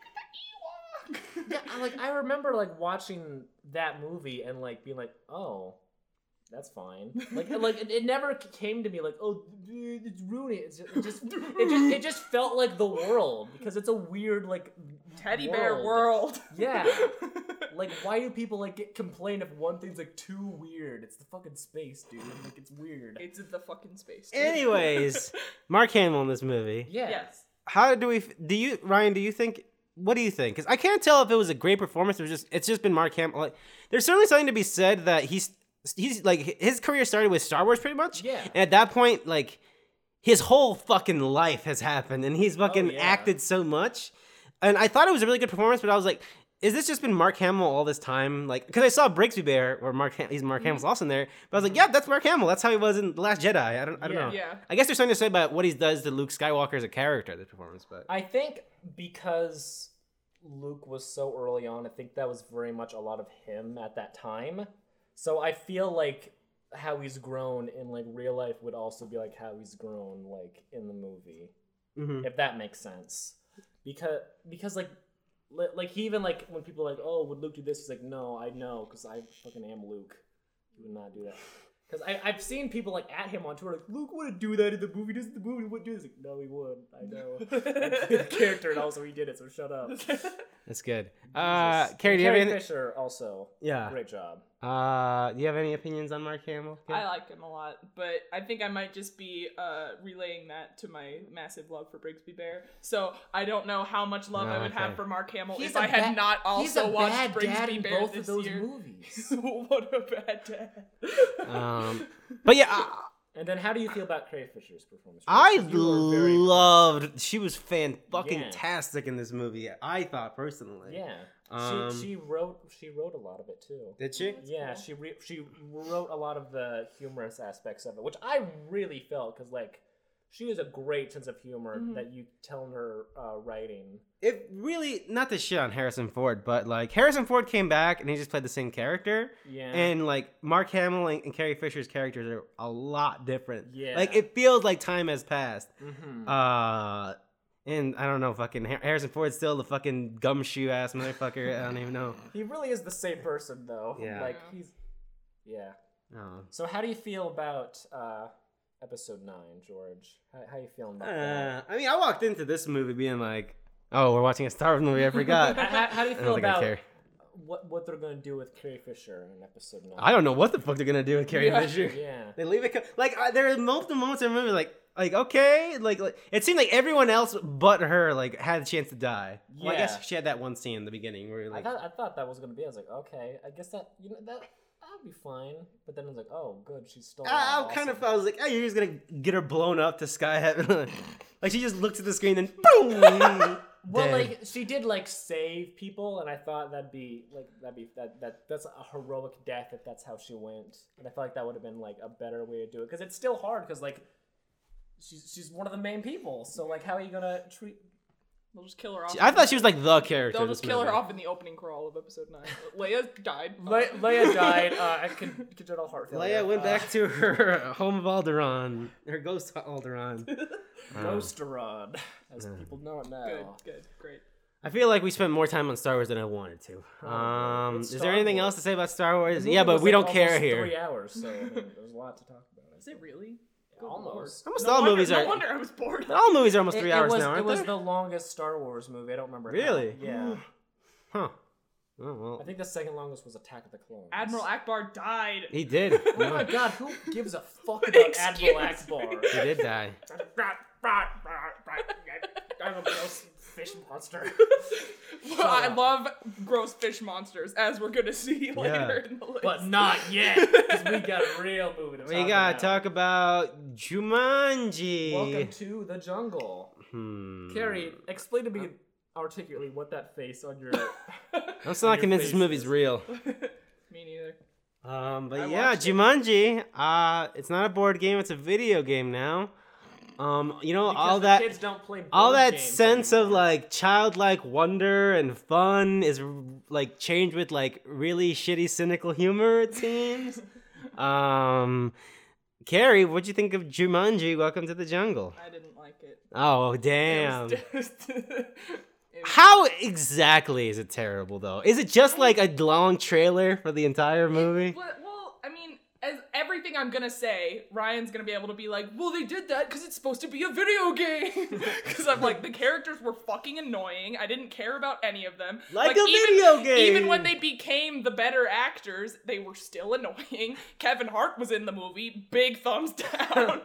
S3: oh, look at the
S2: yeah,
S3: Ewok.
S2: I- like I remember like watching that movie and like being like, oh, that's fine. Like like it, it never c- came to me like, oh, dude, it's ruining it. It's just, it just it just it just felt like the world because it's a weird like
S3: Teddy bear world.
S2: Yeah. Like why do people like get complain if one thing's like too weird? It's the fucking space, dude. Like it's weird.
S3: it's in the fucking space. dude.
S1: anyways, Mark Hamill in this movie.
S2: yeah.
S3: yes.
S1: How do we? f- Do you, Ryan? Do you think? What do you think? Because I can't tell if it was a great performance or just it's just been Mark Hamill. Like, there's certainly something to be said that he's he's like his career started with Star Wars pretty much.
S2: Yeah.
S1: And at that point, like his whole fucking life has happened, and he's fucking
S2: Oh, yeah.
S1: acted so much. And I thought it was a really good performance, but I was like, is this just been Mark Hamill all this time? Like, because I saw Brigsby Bear, where Mark Ham- he's
S2: Mm-hmm.
S1: Mark Hamill's also in there, but I was like, yeah, that's Mark Hamill. That's how he was in The Last Jedi. I don't, I don't
S2: Yeah.
S1: know.
S3: Yeah.
S1: I guess there's something to say about what he does to Luke Skywalker as a character, the performance, but
S2: I think because Luke was so early on, I think that was very much a lot of him at that time. So I feel like how he's grown in like real life would also be like how he's grown like in the movie,
S1: Mhm.
S2: if that makes sense. Because because like li- like he even like when people are like oh would Luke do this he's like no I know because I fucking am Luke he would not do that. Because I've seen people like at him on Twitter, like Luke wouldn't do that in the movie. Doesn't the movie would do this? Like, no, he would. I know. I played the character, and also he did it. So shut up.
S1: that's good. Uh,
S2: Jesus.
S1: Carrie, do you have Ah.
S2: Carrie
S1: anything?
S2: Fisher also
S1: Yeah.
S2: great job.
S1: Uh, do you have any opinions on Mark Hamill?
S3: I like him a lot, but I think I might just be uh, relaying that to my massive love for Brigsby Bear. So I don't know how much love I
S1: Ah,
S3: would
S1: okay.
S3: have for Mark Hamill
S2: He's
S3: if
S2: a
S3: I had
S2: bad-
S3: not also watched Brigsby Bear
S2: both
S3: this
S2: of those
S3: year.
S2: movies.
S3: what a bad dad.
S1: um, but yeah, I,
S2: and then, how do you feel about Carrie Fisher's performance?
S1: I
S2: You were very-
S1: loved. She was fan fucking
S2: Yeah.
S1: tastic in this movie. I thought personally.
S2: yeah.
S1: Um,
S2: she she wrote she wrote a lot of it too.
S1: Did she?
S2: Yeah, she re- she wrote a lot of the humorous aspects of it, which I really felt because like she has a great sense of humor
S3: Mhm.
S2: that you tell in her uh, writing.
S1: It really not to shit on Harrison Ford, but like Harrison Ford came back and he just played the same character.
S2: Yeah,
S1: And like Mark Hamill and, and Carrie Fisher's characters are a lot different.
S2: Yeah.
S1: Like it feels like time has passed.
S2: Mhm.
S1: Uh, and I don't know, fucking Har- Harrison Ford's still the fucking gumshoe ass motherfucker. I don't even know.
S2: he really is the same person though.
S1: Yeah.
S2: like
S3: Yeah.
S2: he's yeah.
S1: Oh.
S2: So how do you feel about uh, episode nine, George? How, how you feeling about
S1: Uh, I mean, I walked into this movie being like, "Oh, we're watching a Star Wars movie." I
S2: that?
S1: forgot.
S2: how, how do you
S1: I
S2: feel
S1: don't think I
S2: about
S1: care.
S2: what what they're gonna do with Carrie Fisher in episode nine?
S1: I don't know what the fuck they're gonna do with Carrie
S3: Yeah.
S1: Fisher.
S2: Yeah.
S1: They leave it co- like I, there are multiple moments in the movie like like okay like, like it seemed like everyone else but her like had a chance to die. Well, I
S2: Yeah.
S1: guess she had that one scene in the beginning where
S2: I
S1: like
S2: thought I thought that was gonna be. I was like, okay, I guess that you know that that'll be fine. But then I was like, oh, good, she's still.
S1: I,
S2: alive,
S1: I kind of
S2: awesome.
S1: felt I was like, hey, you're just gonna get her blown up to sky heaven. like she just looked at the screen and boom.
S2: Well,
S1: dead.
S2: like she did like save people, and I thought that'd be like that'd be that that that's a heroic death if that's how she went. And I felt like that would have been like a better way to do it because it's still hard because like she's she's one of the main people. So like, how are you gonna treat?
S3: They'll just kill her off.
S1: I thought she was like the character.
S3: They'll
S1: in this
S3: just kill her
S1: movie.
S3: off in the opening crawl of episode nine. Leia died.
S2: Le- Leia died. Uh, I con- congenital heart failure.
S1: Leia went
S2: Uh,
S1: back to her home of Alderaan, her ghost Alderaan. Um,
S2: Ghosteron, as
S1: Yeah.
S2: people know it now.
S3: Good, good, great.
S1: I feel like we spent more time on Star Wars than I wanted to. Um,
S2: Oh, It's
S1: is there
S2: Star
S1: anything
S2: Wars.
S1: else to say about Star Wars?
S2: The
S1: Yeah,
S2: movie
S1: but
S2: was,
S1: we
S2: like,
S1: don't care
S2: almost Three
S1: here.
S2: hours, so I mean, there's a lot to talk about.
S3: Is it really? Good lord.
S2: Almost.
S1: Almost
S3: No
S1: all
S3: wonder-
S1: movies
S3: no
S1: are.
S3: wonder I was bored.
S1: All movies are almost three
S2: it,
S1: hours
S2: was,
S1: now, aren't
S2: it was
S1: they?
S2: the longest Star Wars movie. I don't remember. how.
S1: Really? Hmm.
S2: Yeah.
S1: Huh. Oh
S2: I
S1: well.
S2: think the second longest was Attack of the Clones.
S3: Admiral Akbar died.
S1: He did.
S2: Oh
S1: No,
S2: my god, who gives a fuck about Admiral
S3: Excuse
S2: Akbar?
S1: he did die.
S2: gross fish monster.
S3: Well, I love gross fish monsters, as we're gonna see later in the list.
S2: but not yet, because we got a real movie to
S1: We
S2: talk
S1: gotta
S2: about.
S1: talk about Jumanji.
S2: Welcome to the jungle.
S1: Hmm.
S2: Carrie, explain to me articulately what that face on your.
S1: I'm still not
S2: your
S1: convinced
S2: face
S1: this movie's
S2: is-
S1: real.
S3: Me neither.
S1: Um, but
S3: I
S1: yeah,
S3: watched it.
S1: Jumanji. Uh, it's not a board game; it's a video game now. Um, you know
S2: Because
S1: all
S2: the
S1: that
S2: kids don't play
S1: all
S2: board
S1: that
S2: games
S1: sense of
S2: anymore.
S1: like childlike wonder and fun is like changed with like really shitty cynical humor it seems um carrie what'd you think of jumanji welcome to the jungle
S3: I didn't like it.
S1: oh
S3: It
S1: damn
S3: was just- it was-
S1: how exactly is it terrible though is it just like a long trailer for the entire movie
S3: Well, well, I mean, as everything I'm gonna say, Ryan's gonna be able to be like, "Well, they did that because it's supposed to be a video game." Because I'm like, the characters were fucking annoying. I didn't care about any of them.
S1: Like a video game!
S3: Even when they became the better actors, they were still annoying. Kevin Hart was in the movie. Big thumbs down.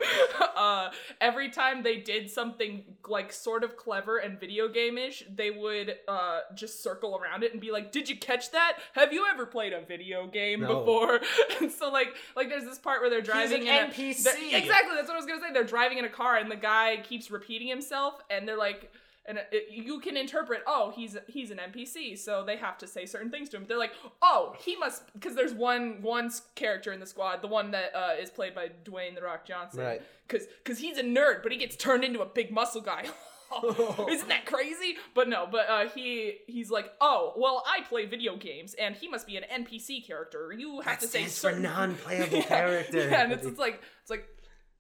S3: uh, every time they did something like sort of clever and video game-ish, they would uh, just circle around it and be like, "Did you catch that? Have you ever played a video game
S1: No.
S3: before?" or and so like like there's this part where they're driving
S2: an
S3: in
S2: NPC.
S3: A, they're- exactly that's what I was gonna say. They're driving in a car and the guy keeps repeating himself and they're like and it, you can interpret oh he's he's an NPC so they have to say certain things to him. They're like oh he must because there's one one s- character in the squad the one that uh, is played by Dwayne the Rock Johnson
S1: Right.
S3: because because he's a nerd but he gets turned into a big muscle guy. Isn't that crazy? But no, but uh, he he's like, oh, well, I play video games, and he must be an NPC character. You have to say
S1: stands for
S3: certain
S1: non-playable
S3: Yeah,
S1: character.
S3: Yeah, and it's, it's like it's like,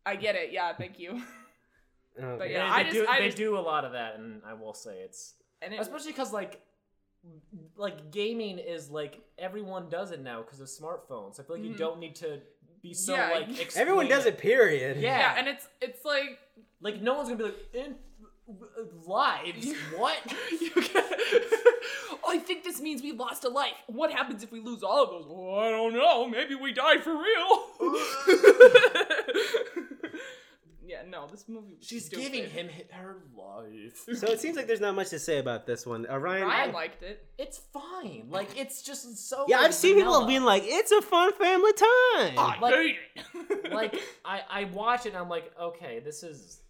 S3: I get it. Yeah, thank you.
S1: Okay.
S3: yeah.
S2: They,
S3: I
S2: they
S3: just-
S2: do,
S3: I
S2: they
S3: just-
S2: do a lot of that, and I will say it's
S3: And it,
S2: especially because like like gaming is like everyone does it now because of smartphones. I feel like you
S3: Mhm.
S2: don't need to be so
S3: Yeah,
S2: like
S3: you-
S2: explain
S1: everyone does it period
S2: Yeah.
S3: yeah, and it's it's like
S2: Like no one's gonna be like in uh, lives what?
S3: you get, I think this means we lost a life. What happens if we lose all of those? Well, I don't know. Maybe we die for real. yeah, no, this movie. was
S2: She's
S3: stupid.
S2: giving him hi- her life.
S1: so it seems like there's not much to say about this one uh, ryan,
S3: Ryan liked it.
S2: It's fine. Like it's just so.
S1: yeah
S2: like,
S1: i've seen people
S2: vanilla.
S1: being like it's a fun family time
S3: I
S2: Like-
S3: hate it.
S2: like I I watch it and I'm like, okay, this is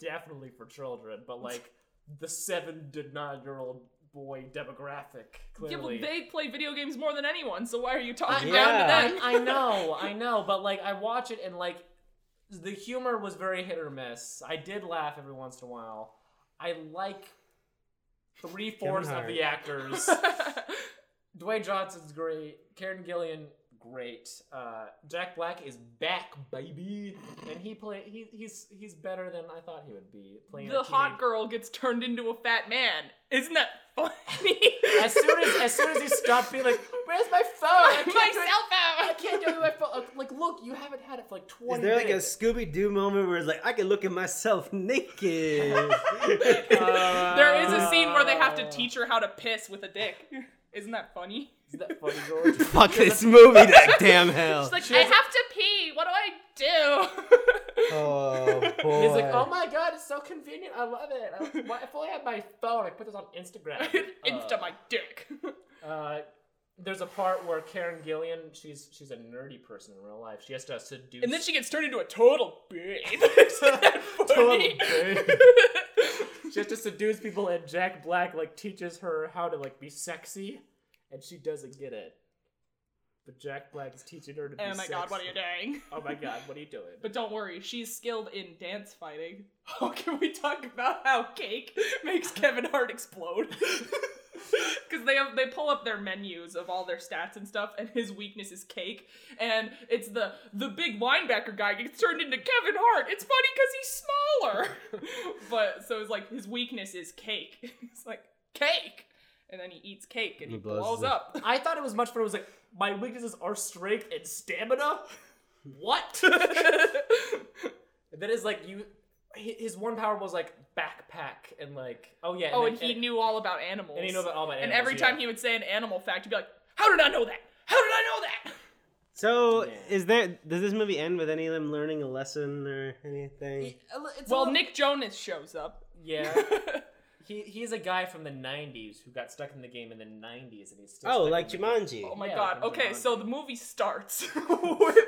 S2: definitely for children, but like the seven to nine year old boy demographic
S3: Yeah, well,
S2: clearly.
S3: they play video games more than anyone, so why are you talking
S1: I-
S3: down
S1: Yeah.
S3: to them?
S2: I know, I know, but like I watch it and like the humor was very hit or miss. I did laugh every once in a while. I like three fourths of
S1: Hart.
S2: the actors. Dwayne Johnson's great. Karen Gillian, great. Uh, Jack Black is back, baby, and he play he, he's he's better than I thought he would be. Playing
S3: the
S2: a
S3: hot
S2: teenage-
S3: girl gets turned into a fat man. Isn't that funny?
S2: As soon as as soon as he stopped being like, "Where's my phone? I can't do it. I
S3: myself out.
S2: can't do it with my phone." Uh, Like, look, you haven't had it for like twenty.
S1: Is there like a
S2: minutes.
S1: Scooby Doo moment where it's like I can look at myself naked?
S2: Uh,
S3: there is a scene where they have to teach her how to piss with a dick. Isn't that funny?
S2: Is that funny, George?
S1: Fuck this movie! That damn hell!
S3: She's like,
S2: She
S3: I
S2: has
S3: have
S2: a-
S3: to pee. What do I do?
S1: oh boy!
S2: He's like, "Oh my god, it's so convenient. I love it. I, why- if only I had my phone, I put this on Instagram."
S3: Insta my dick.
S2: Uh, there's a part where Karen Gillian, she's she's a nerdy person in real life. She has to seduce.
S3: And then she gets turned into a total bitch. Isn't that funny?
S2: she has to seduce people, and Jack Black like teaches her how to like be sexy, and she doesn't get it. But Jack Black is teaching her to be.
S3: Oh my god, what are
S2: sexy.
S3: you doing?
S2: Oh my god, what are you doing?
S3: But don't worry, she's skilled in dance fighting. Oh, can we talk about how cake makes Kevin Hart explode? Because they have, they pull up their menus of all their stats and stuff, and his weakness is cake. And it's the the big linebacker guy gets turned into Kevin Hart. It's funny because he's smaller, but so it's like his weakness is cake. It's like cake, and then he eats cake and he,
S1: He blows
S3: blows
S1: his-
S3: up.
S2: I thought it was much fun. It was like my weaknesses are strength and stamina. What? And then it's like you. hi- His one power was like backpack and like oh yeah.
S3: oh,
S2: then-
S3: and he knew all about animals.
S2: And he knew about all my
S3: And
S2: animals.
S3: every time he would say an animal fact, you'd be like, "How did I know that? How did I know that?"
S1: so
S2: Yeah.
S1: is there? Does this movie end with any of them learning a lesson or anything?
S2: he, it's a
S3: well,
S2: little-
S3: Nick Jonas shows up.
S2: yeah, He he's a guy from the '90s who got stuck in the game in the '90s, and he's still.
S1: Oh,
S2: stuck
S1: like
S2: in the game.
S1: Jumanji.
S3: Oh my
S2: Yeah,
S3: god.
S2: like in
S3: Okay,
S2: Jumanji.
S3: so the movie starts with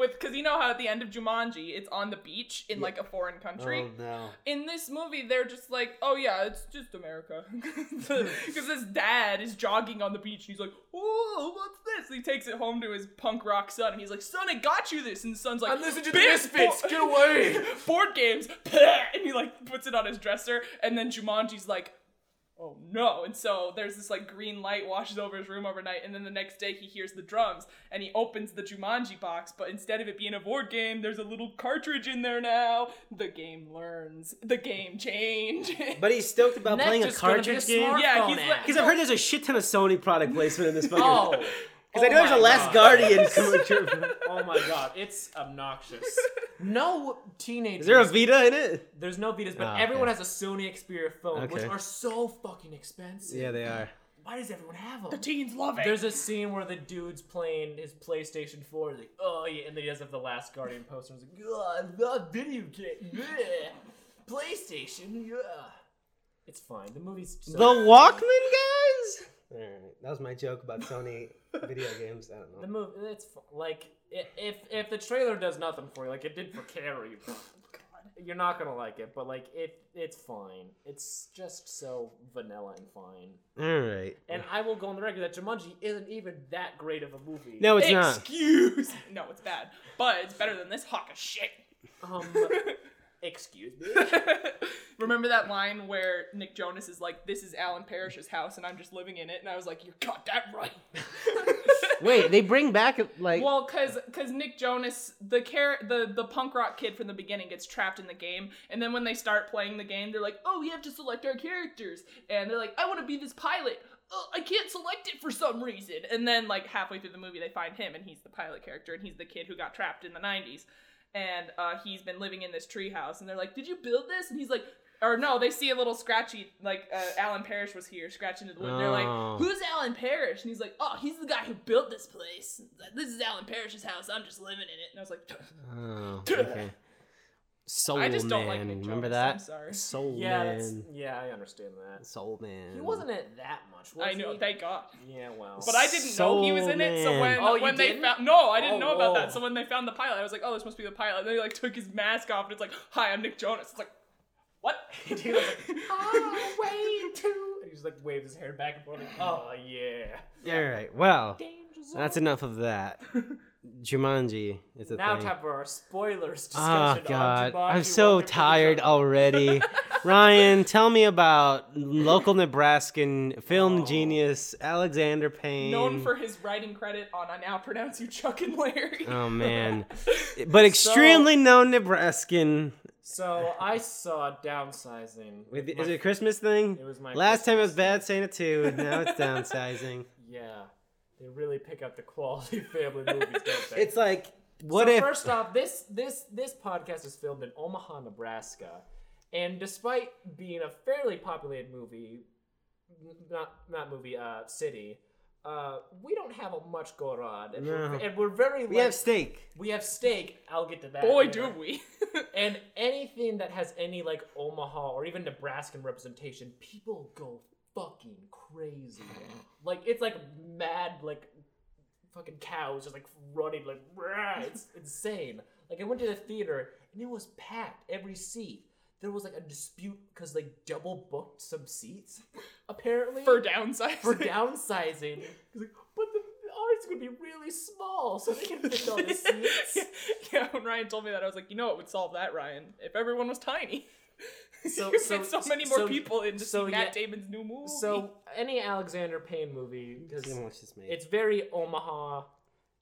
S3: with cuz you know how at the end of Jumanji it's on the beach in
S1: Yeah.
S3: like a foreign country.
S1: Oh, no.
S3: In this movie they're just like, "Oh yeah, it's just America." Cuz his dad is jogging on the beach and he's like, "Oh, what's this?" And he takes it home to his punk rock son and he's like, "Son, I got you this." And the son's like,
S4: I'm listening to the
S3: "Bitch,
S4: Misfits.
S3: bo-
S4: Get away.
S3: board games." And he like puts it on his dresser and then Jumanji's like, oh no and so there's this like green light washes over his room overnight and then the next day he hears the drums and he opens the jumanji box but instead of it being a board game there's a little cartridge in there now the game learns the game changes
S1: But he's stoked about
S2: Next
S1: playing a
S2: is gonna be
S1: cartridge
S2: a
S1: game.
S2: smartphone
S3: Yeah, he's like-
S2: app.
S1: Because I've heard there's a shit ton of Sony product placement in this fucking.
S2: Oh,
S1: Because I know there's a Last Guardian commercial.
S2: oh my god, it's obnoxious. No teenagers.
S1: Is there a Vita in it?
S2: There's no Vitas, but
S1: Ah, okay.
S2: everyone has a Sony Xperia phone, which
S1: Okay.
S2: are so fucking expensive.
S1: Yeah, they are.
S2: Why does everyone have them?
S3: the teens love it
S2: There's a scene where the dude's playing his PlayStation 4, like, oh yeah, and then he does have the Last Guardian poster. And he's like, oh, I love video game. Yeah. PlayStation, yeah. It's fine. The movie's so-
S1: The Walkman guys. All right, that was my joke about Sony video games. I don't
S2: The
S1: know.
S2: movie, it's fu- like i- if if the trailer does nothing for you, like it did for Carrie, you're not gonna like it. But like it, it's fine. It's just so vanilla and fine.
S1: All right.
S2: And I will go on the record that Jumanji isn't even that great of a movie.
S1: No, it's not.
S3: excuse no it's bad but it's better than this hawk of shit
S2: Um, excuse me.
S3: Remember that line where Nick Jonas is like, "This is Alan Parrish's house, and I'm just living in it," and I was like, "You got that right."
S1: Wait, they bring back like.
S3: Well, cause cause Nick Jonas, the care the the punk rock kid from the beginning gets trapped in the game, and then when they start playing the game, they're like, oh, we have to select our characters, and they're like, I want to be this pilot. Oh, I can't select it for some reason. And then like halfway through the movie, they find him, and he's the pilot character, and he's the kid who got trapped in the '90s, and uh, he's been living in this treehouse, and they're like, did you build this? And he's like. Or no, they see a little scratchy, like uh, Alan Parrish was here scratching into the wood. They're
S1: Oh.
S3: like, "Who's Alan Parrish?" And he's like, "Oh, he's the guy who built this place. This is Alan Parrish's house. I'm just living in it." And I was like,
S1: oh, okay. Soul
S3: I just
S1: Oh, Man.
S3: don't like Nick
S1: Remember
S3: Jonas, I'm
S1: that?
S3: sorry.
S1: Soul
S2: Yeah, that's,
S1: Oh, Man.
S2: yeah, I understand that.
S1: Soul Man.
S2: He wasn't in it that much. Was
S3: "I know,
S2: He?
S3: thank God."
S2: yeah, well.
S3: But I didn't know he was in it. So
S1: Soul
S3: when
S2: Man. Oh, you
S3: when they
S2: didn't?
S3: found no, I didn't
S2: Oh,
S3: know about
S2: whoa.
S3: that. So when they found the pilot, I was like, "Oh, this must be the pilot." And then he like took his mask off, and it's like, "Hi, I'm Nick Jonas." It's like, what?
S2: he was like, oh, way too. And he just like waved his hair back and forth. Like, oh yeah.
S1: All right. Well,
S2: Danger zone.
S1: that's enough of that. Jumanji is a
S2: now
S1: thing.
S2: time for our spoilers
S1: Oh
S2: discussion.
S1: god,
S2: on Jumanji,
S1: I'm so
S2: Welcome to the
S1: tired
S2: Jungle.
S1: already. Ryan, tell me about local Nebraskan film
S2: Oh.
S1: genius Alexander Payne.
S3: Known for his writing credit on "I Now Pronounce You Chuck and Larry."
S1: Oh man, but extremely known Nebraskan.
S2: So I saw downsizing.
S1: With,
S2: my-
S1: is it a Christmas thing?
S2: It was my
S1: Last time it was
S2: Christmas
S1: Bad Santa two, and now it's downsizing.
S2: Yeah, they really pick up the quality family movies, don't they?
S1: It's like what
S2: so
S1: if?
S2: First off, this this this podcast is filmed in Omaha, Nebraska, and despite being a fairly populated movie, not not movie, uh, city, uh, we don't have a much going on, and, we're,
S1: No.
S2: and we're very
S1: we
S2: like-
S1: have steak.
S2: we have steak. I'll get to that.
S3: Boy,
S2: later.
S3: do we!
S2: And anything that has any like Omaha or even Nebraskan representation, people go fucking crazy. like it's like mad, like fucking cows just like running, like rah, it's insane. Like I went to the theater and it was packed every seat. There was like a dispute because they double booked some seats, apparently
S3: for downsizing.
S2: for downsizing. He's like, but the the audience gonna be really small, so they can fit all the seats.
S3: yeah, yeah, when Ryan told me that, I was like, you know, it would solve that, Ryan, if everyone was tiny.
S2: So-
S3: So, you
S2: so-
S3: fit so many more
S2: so-
S3: people in to
S2: so
S3: see Matt
S2: yeah-
S3: Damon's new movie.
S2: So e, any Alexander Payne movie, because
S1: Didn't watch this, mate.
S2: it's very Omaha.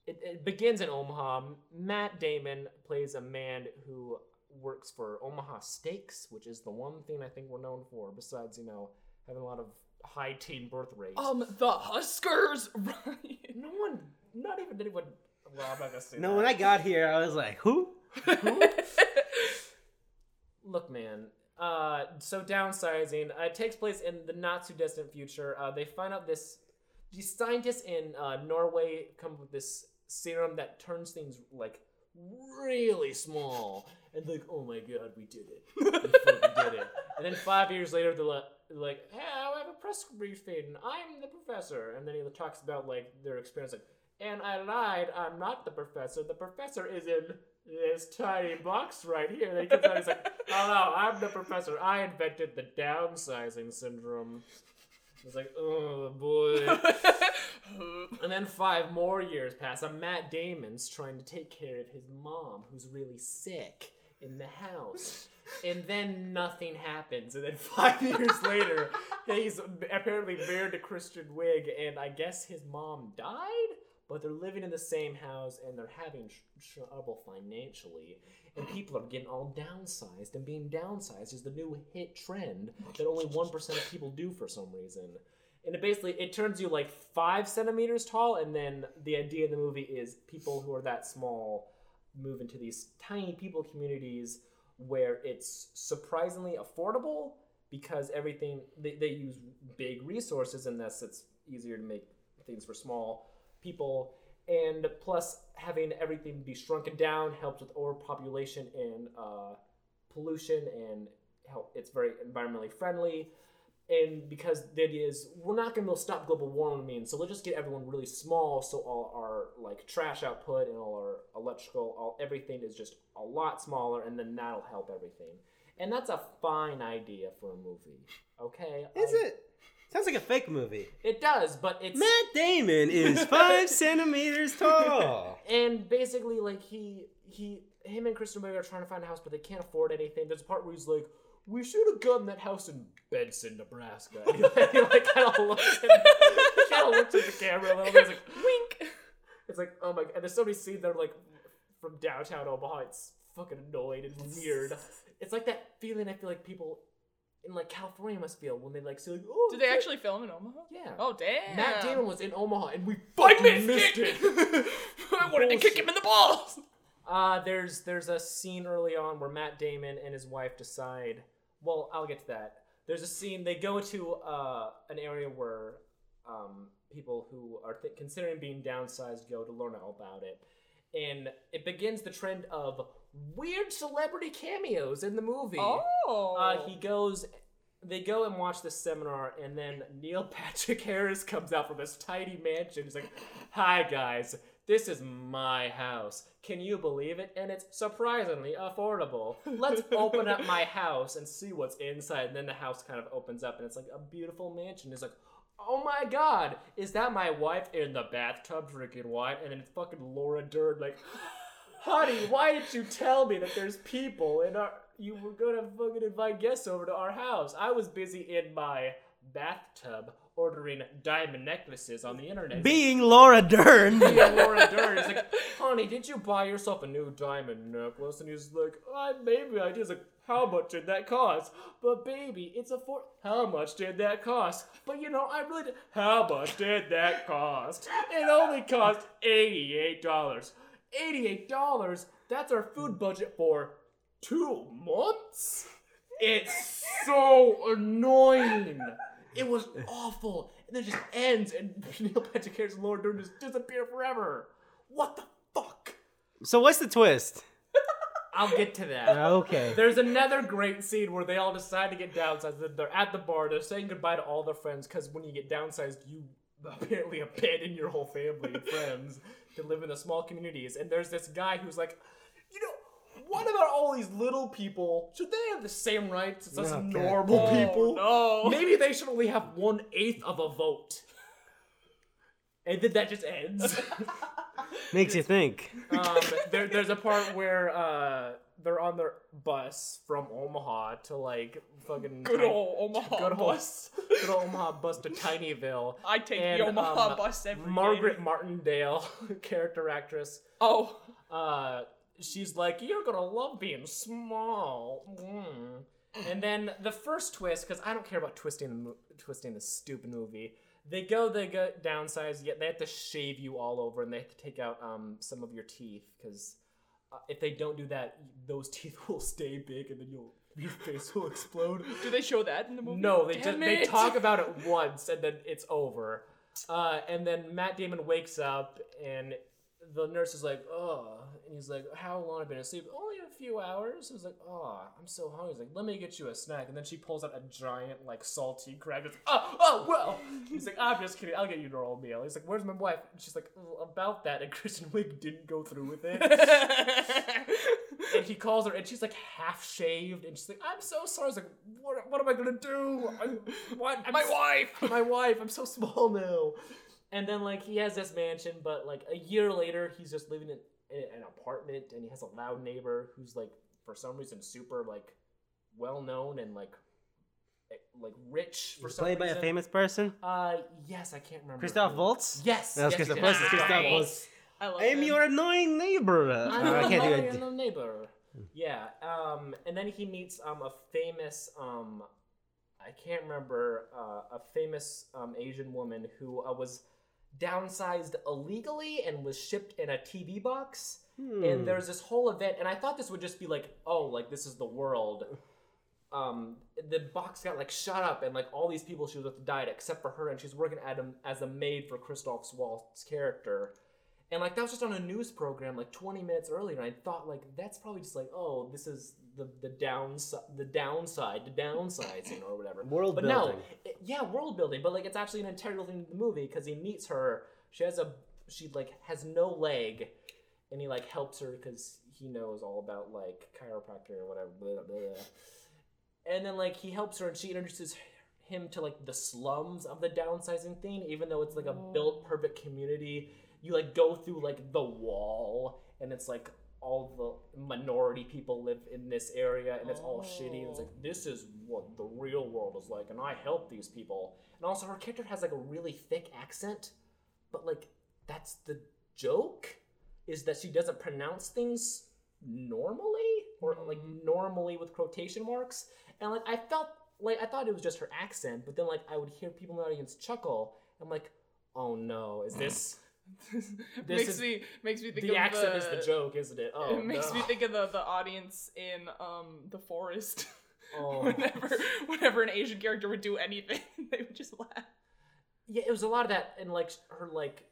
S2: It, it begins in Omaha. Matt Damon plays a man who works for Omaha Steaks, which is the one thing I think we're known for, besides you know having a lot of high teen birth rates.
S1: Oh.
S3: um, the Huskers, Ryan.
S2: no one, not even anyone. Well, I'm not gonna say
S1: no,
S2: that.
S1: when I got here, I was like, who?
S2: Look, man. Uh, so downsizing uh, it takes place in the not too distant future. Uh, they find out this these scientists in uh, Norway come up with this serum that turns things like really small, and like, oh my god, we did it, we fucking did it. And then five years later, they're like, like, hey, I have a press briefing. I'm the professor. And then he talks about like their experience, like, and I lied. I'm not the professor. The professor is in this tiny box right here. And he comes out. He's like, oh no, I'm the professor. I invented the downsizing syndrome. It's like, oh boy. And then five more years pass. And Matt Damon's trying to take care of his mom, who's really sick in the house. And then nothing happens. And then five years later, he's apparently married to Christian Wig, and I guess his mom died. But they're living in the same house, and they're having tr- trouble financially. And people are getting all downsized, and being downsized is the new hit trend that only one percent of people do for some reason and it basically it turns you like five centimeters tall and then the idea in the movie is people who are that small move into these tiny people communities where it's surprisingly affordable because everything they, they use big resources and thus it's easier to make things for small people and plus having everything be shrunken down helps with overpopulation and uh, pollution and help it's very environmentally friendly and because the idea is we're not going to stop global warming, so let's just get everyone really small, so all our like trash output and all our electrical, all everything is just a lot smaller, and then that'll help everything. And that's a fine idea for a movie, okay?
S1: Is
S2: I-
S1: it? Sounds like a fake movie.
S2: It does, but it's
S1: Matt Damon is five centimeters tall.
S2: and basically like he he him and Kristen Wiig are trying to find a house, but they can't afford anything. There's a part where he's like, "We should have gotten that house in Benson, Nebraska." And he like, kind of looks, kind of looks at the camera a little bit. He's like,
S3: Wink.
S2: it's like, oh my god. And there's so many scenes that are like from downtown Omaha. It's fucking annoyed and weird. It's like that feeling I feel like people in like California must feel when they like see like, oh,
S3: Did they
S2: shit."
S3: actually film in Omaha?
S2: Yeah.
S3: Oh damn.
S2: Matt Damon was in Omaha and we
S3: I
S2: fucking missed
S3: it.
S2: it.
S3: I wanted to kick him in the balls.
S2: Uh, there's there's a scene early on where Matt Damon and his wife decide. Well, I'll get to that. There's a scene they go to uh, an area where um, people who are th- considering being downsized go to learn all about it, and it begins the trend of weird celebrity cameos in the movie.
S3: Oh.
S2: Uh, he goes. They go and watch this seminar, and then Neil Patrick Harris comes out from his tiny mansion. He's like, "Hi guys, this is my house. Can you believe it? And it's surprisingly affordable. Let's open up my house and see what's inside." And then the house kind of opens up, and it's like a beautiful mansion. He's like, "Oh my god, is that my wife in the bathtub drinking wine?" And then it's fucking Laura Dern like. Honey, why did you tell me that there's people in our? You were gonna fucking invite guests over to our house. I was busy in my bathtub ordering diamond necklaces on the internet.
S1: Being Laura Dern.
S2: Yeah, Laura Dern is like, honey, did you buy yourself a new diamond necklace? And he's like, I maybe I did. He's like, how much did that cost? But baby, it's a four. How much did that cost? But you know, I really. Did- how much did that cost? It only cost eighty-eight dollars. Eighty-eight dollars. That's our food budget for two months. It's so annoying. It was awful. And then it just ends, and Neil Patrick Harris and Laura Dern just disappear forever. What the fuck?
S1: So what's the twist?
S2: I'll get to that.
S1: Okay.
S2: There's another great scene where they all decide to get downsized. They're at the bar. They're saying goodbye to all their friends because when you get downsized, you apparently abandon your whole family and friends to live in the small communities. And there's this guy who's like, you know, what about all these little people? Should they have the same rights as us
S1: Oh, God.
S2: normal
S1: Oh,
S2: people?
S3: no.
S2: Maybe they should only have one eighth of a vote. And then that just ends.
S1: Makes you think.
S2: um, there, there's a part where uh, they're on their bus from Omaha to like fucking
S3: Good
S2: Ti-
S3: old Omaha
S2: good old
S3: bus.
S2: good old Omaha bus to Tinyville.
S3: I take
S2: And,
S3: the Omaha
S2: um,
S3: bus every day.
S2: Margaret Martindale, character actress,
S3: Oh.
S2: uh, she's like, "You're gonna love being small." Mm. And then the first twist, because I don't care about twisting the mo- twisting the stupid movie. They go, they go downsize. Yet they have to shave you all over, and they have to take out um, some of your teeth because uh, if they don't do that, those teeth will stay big, and then you'll your face will explode.
S3: Do they show that in the movie?
S2: No, they just
S3: Damn
S2: they
S3: it.
S2: talk about it once and then it's over. Uh, and then Matt Damon wakes up and the nurse is like, "Oh," and he's like, "How long have I been asleep? Only a few hours." He's like, "Oh, I'm so hungry." He's like, "Let me get you a snack." And then she pulls out a giant like salty crab. It's like, "Oh, oh, well." He's like, "I'm just kidding. I'll get you a normal meal." He's like, "Where's my wife?" And she's like, "Well, "About that." And Kristen Wiig didn't go through with it. and he calls her, and she's like half shaved, and she's like, "I'm so sorry." He's like, "What? What am I gonna do? I'm, what? I'm
S3: My
S2: s-
S3: wife.
S2: my wife. I'm so small now. And then like he has this mansion, but like a year later, he's just living in, in an apartment, and he has a loud neighbor who's like for some reason super like well known and like eh, like rich for
S1: He's
S2: some
S1: played by
S2: reason.
S1: a famous person,
S2: Uh, yes, I can't remember.
S1: Christoph
S2: who.
S1: Waltz.
S2: Yes,
S1: That was
S2: yes,
S1: Christoph
S2: yes,
S1: Waltz.
S2: yes,
S1: Christoph
S2: yes.
S1: Waltz.
S3: I love
S1: I'm
S3: him.
S1: your annoying neighbor. Uh,
S2: I'm
S1: I
S2: a
S1: can't do
S2: Mario
S1: it.
S2: and a neighbor. Yeah. Um, and then he meets um, a famous um, I can't remember uh, a famous um, Asian woman who uh, was downsized illegally and was shipped in a TV box.
S1: Hmm.
S2: And there's this whole event, and I thought this would just be like, oh, like this is the world. Um, the box got like shot up, and like all these people she was with died except for her, and she's working at him as a maid for Christoph Waltz's character. And like that was just on a news program like 20 minutes earlier. And I thought like that's probably just like oh this is the the downside the downside the downsizing or whatever.
S1: World
S2: but
S1: building.
S2: no, it- yeah, world building. But like it's actually an integral thing to the movie because he meets her. She has a she like has no leg, and he like helps her because he knows all about like chiropractor or whatever. Blah, blah, blah. And then like he helps her and she introduces him to like the slums of the downsizing thing, even though it's like a built perfect community. You like go through like the wall and it's like all the minority people live in this area and it's all shitty and it's like this is what the real world is like and I help these people. And also her character has like a really thick accent, but like that's the joke is that she doesn't pronounce things normally or like
S3: Mm-hmm.
S2: normally with quotation marks and like i felt like i thought it was just her accent but then like i would hear people in the audience chuckle i'm like oh no is this This
S3: makes
S2: is-
S3: me makes me Mm-hmm. think
S2: the
S3: of
S2: accent
S3: the,
S2: is the joke isn't it oh
S3: It makes
S2: no.
S3: me think of the, the audience in um the forest.
S2: Oh.
S3: whenever whenever an Asian character would do anything, they would just laugh.
S2: yeah it was a lot of that and like her like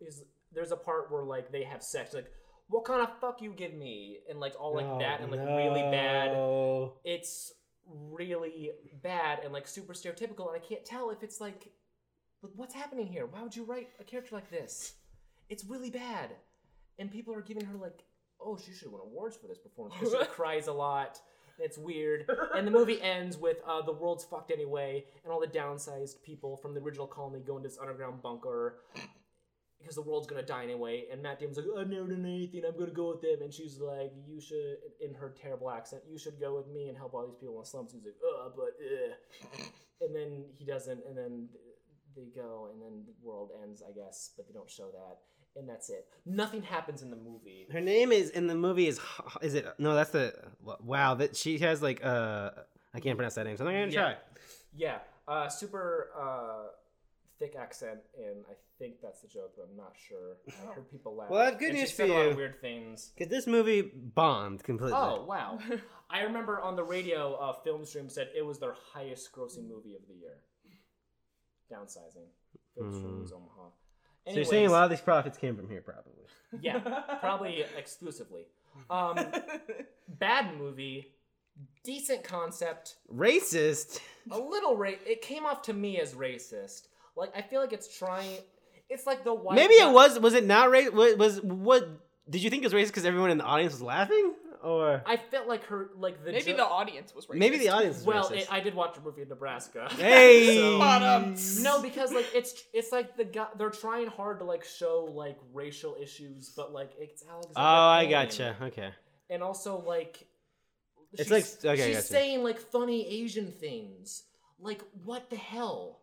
S2: is there's a part where like they have sex like what kind of fuck you give me and like all
S1: Oh,
S2: like that and like really bad
S1: no.
S2: it's really bad and like super stereotypical and i can't tell if it's like like what's happening here why would you write a character like this it's really bad and people are giving her like oh she should have won awards for this performance 'cause she cries a lot and it's weird and the movie ends with uh, the world's fucked anyway and all the downsized people from the original colony go into this underground bunker because the world's gonna die anyway. And Matt Damon's like, "Oh, I've never done anything. I'm gonna go with them. And she's like, you should, in her terrible accent, you should go with me and help all these people in the slums. He's like, uh, but, uh. and then he doesn't. And then they go, and then the world ends, I guess. But they don't show that. And that's it. Nothing happens in the movie.
S1: Her name is in the movie is Ho- is it no that's the wow that she has like uh I can't pronounce that name so I'm not gonna
S2: Yeah.
S1: try.
S2: Yeah, uh, super uh, thick accent, and I think that's the joke, but I'm not sure. I heard people laugh.
S1: Well, I have good
S2: And she
S1: news for
S2: said a lot
S1: you.
S2: of weird things.
S1: Cause this movie bombed completely.
S2: Oh wow! I remember on the radio, uh, Filmstream said it was their highest-grossing movie of the year. Downsizing. Filmstream is Omaha.
S1: Hmm. so you're saying a lot of these profits came from here probably.
S2: Anyways, yeah, probably exclusively. Um, bad movie, decent concept,
S1: Racist.
S2: a little ra- It came off to me as racist. Like I feel like it's trying. It's like the white.
S1: Maybe it was was it not racist? Was, was what did you think it was racist because everyone in the audience was laughing or
S2: I felt like her, like the
S3: Maybe
S2: jo-
S3: the audience was racist.
S1: maybe the audience was
S2: Well,
S1: racist.
S2: it, I did watch a movie in Nebraska.
S1: hey.
S2: So- um,
S3: Bottom.
S2: No, because like it's it's like the guy they're trying hard to like show like racial issues, but like it's Alexander.
S1: Oh, I
S2: Payne.
S1: gotcha. Okay.
S2: And also like,
S1: It's
S2: she's-
S1: like- okay, I
S2: she's
S1: gotcha.
S2: saying like funny Asian things. Like what the hell?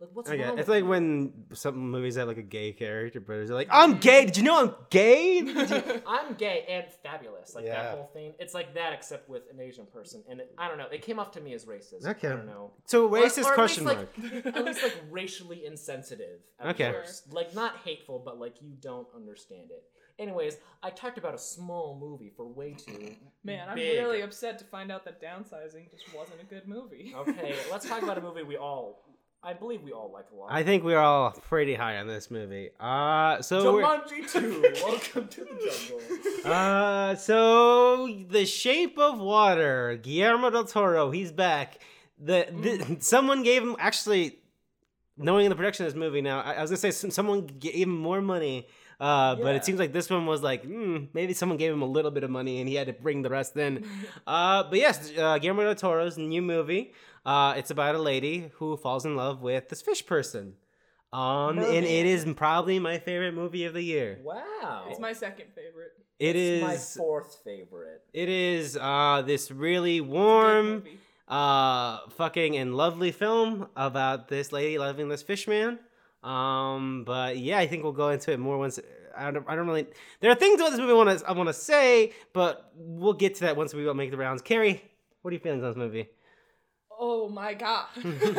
S2: Like what's
S1: Okay.
S2: wrong?
S1: It's
S2: with
S1: like
S2: you?
S1: when some movies have like a gay character, but it's like, I'm gay. Did you know I'm gay? Did you-
S2: I'm gay and fabulous, like
S1: Yeah.
S2: that whole thing. It's like that except with an Asian person, and it, I don't know. It came off to me as racist.
S1: Okay.
S2: I don't know.
S1: so
S2: Or-
S1: racist
S2: or at
S1: question
S2: least,
S1: mark.
S2: Like, at least like racially insensitive. At
S1: Okay.
S2: Worst. Like not hateful, but like you don't understand it. Anyways, I talked about a small movie for way too.
S3: Man, I'm
S2: big.
S3: really upset to find out that downsizing just wasn't a good movie.
S2: Okay, let's talk about a movie we all I believe we all like a lot.
S1: I think we're all pretty high on this movie. Uh, so we're-
S2: Jumanji 2, welcome to the jungle.
S1: Uh, so the Shape of Water, Guillermo del Toro, he's back. The, the
S2: Mm.
S1: someone gave him actually, knowing the production of this movie now, I, I was gonna say some, someone gave him more money. Uh, but
S2: Yeah.
S1: it seems like this one was like mm, maybe someone gave him a little bit of money and he had to bring the rest in. Uh, but yes, uh, Guillermo del Toro's new movie. Uh, it's about a lady who falls in love with this fish person. Um, and it is probably my favorite movie of the year.
S2: Wow.
S3: It's my second favorite.
S1: It is
S2: It's my fourth favorite.
S1: It is uh, this really
S3: Good
S1: warm,
S3: movie.
S1: uh, fucking and lovely film about this lady loving this fishman. Um, but yeah, I think we'll go into it more once. I don't, I don't really. There are things about this movie I want to I want to say, but we'll get to that once we make the rounds. Carrie, what are your feelings on this movie?
S3: Oh my god.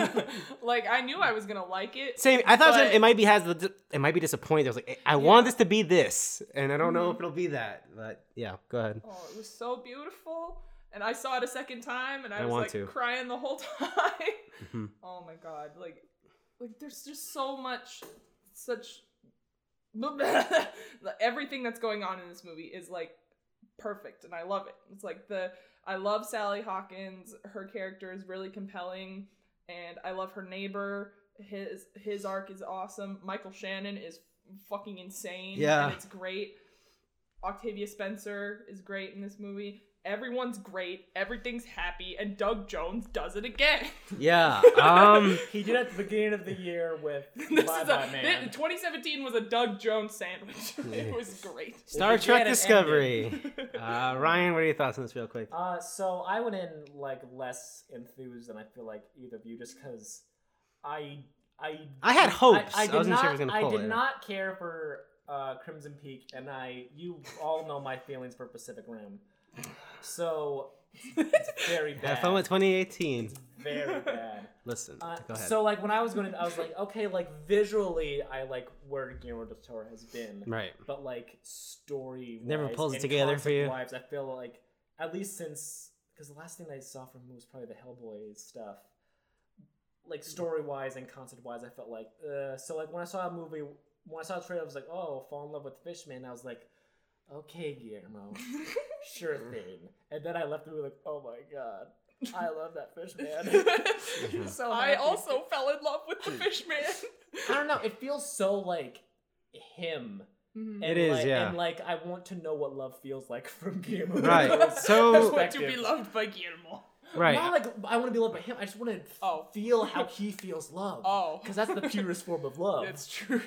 S3: like I knew I was gonna like it.
S1: Same. I thought
S3: But-
S1: it might be has the it might be disappointed. I was like, I I want this to be this, and I don't know if it'll be that. But yeah, go ahead.
S3: Oh, it was so beautiful. And I saw it a second time and I,
S1: I
S3: was
S1: want
S3: like
S1: to. Mm-hmm.
S3: crying the whole time. Oh my god, like like there's just so much such everything that's going on in this movie is like perfect and I love it. It's like the I love Sally Hawkins. Her character is really compelling and I love her neighbor. His his arc is awesome. Michael Shannon is fucking insane
S1: Yeah.
S3: and it's great. Octavia Spencer is great in this movie. Everyone's great. Everything's happy and Doug Jones does it again.
S1: Yeah. Um.
S2: He did at the beginning of the year with
S3: This
S2: Bye
S3: is
S2: Bye
S3: a,
S2: Man.
S3: thi- 2017 was a Doug Jones sandwich. it was great.
S1: Star
S2: If you
S1: Trek
S2: get it, end it.
S1: Discovery. Uh, Ryan, what are your thoughts on this, real quick?
S2: Uh, so I went in like less enthused than I feel like either of you, just because I I
S1: I had hopes. I
S2: did
S1: wasn't
S2: not,
S1: sure it was gonna pull
S2: I did
S1: it.
S2: not care for uh, Crimson Peak, and I you all know my feelings for Pacific Rim, so it's very bad.
S1: Have fun with 2018.
S2: very bad.
S1: Listen,
S2: Uh,
S1: go ahead.
S2: so like when I was going, in, I was like, okay, like visually, I like where Guillermo del Toro has been,
S1: right.
S2: but like story
S1: Never pulls it together for you?
S2: Wives, I feel like at least since because the last thing I saw from him was probably the Hellboy stuff. Like story wise and concept wise, I felt like uh, so like when I saw a movie, when I saw a trailer, I was like, oh, fall in love with Fishman. I was like, okay, Guillermo,
S1: Uh,
S2: sure thing. And then I left the movie like, oh my god, I love that Fishman. so
S3: I
S2: happy.
S3: also fell in love with the fish man.
S2: I don't know. It feels so like him.
S3: Mhm.
S2: And
S1: It is,
S2: like,
S1: yeah.
S2: And like, I want to know what love feels like from Guillermo. del
S1: Right.
S2: Toro's
S1: So-
S3: I want to be
S2: perspective.
S3: loved by Guillermo.
S2: Not
S1: Right.
S2: like I want to be loved by him. I just want to
S3: Oh.
S2: feel how he feels love.
S3: Oh.
S2: Because that's the purest form of love.
S3: It's true.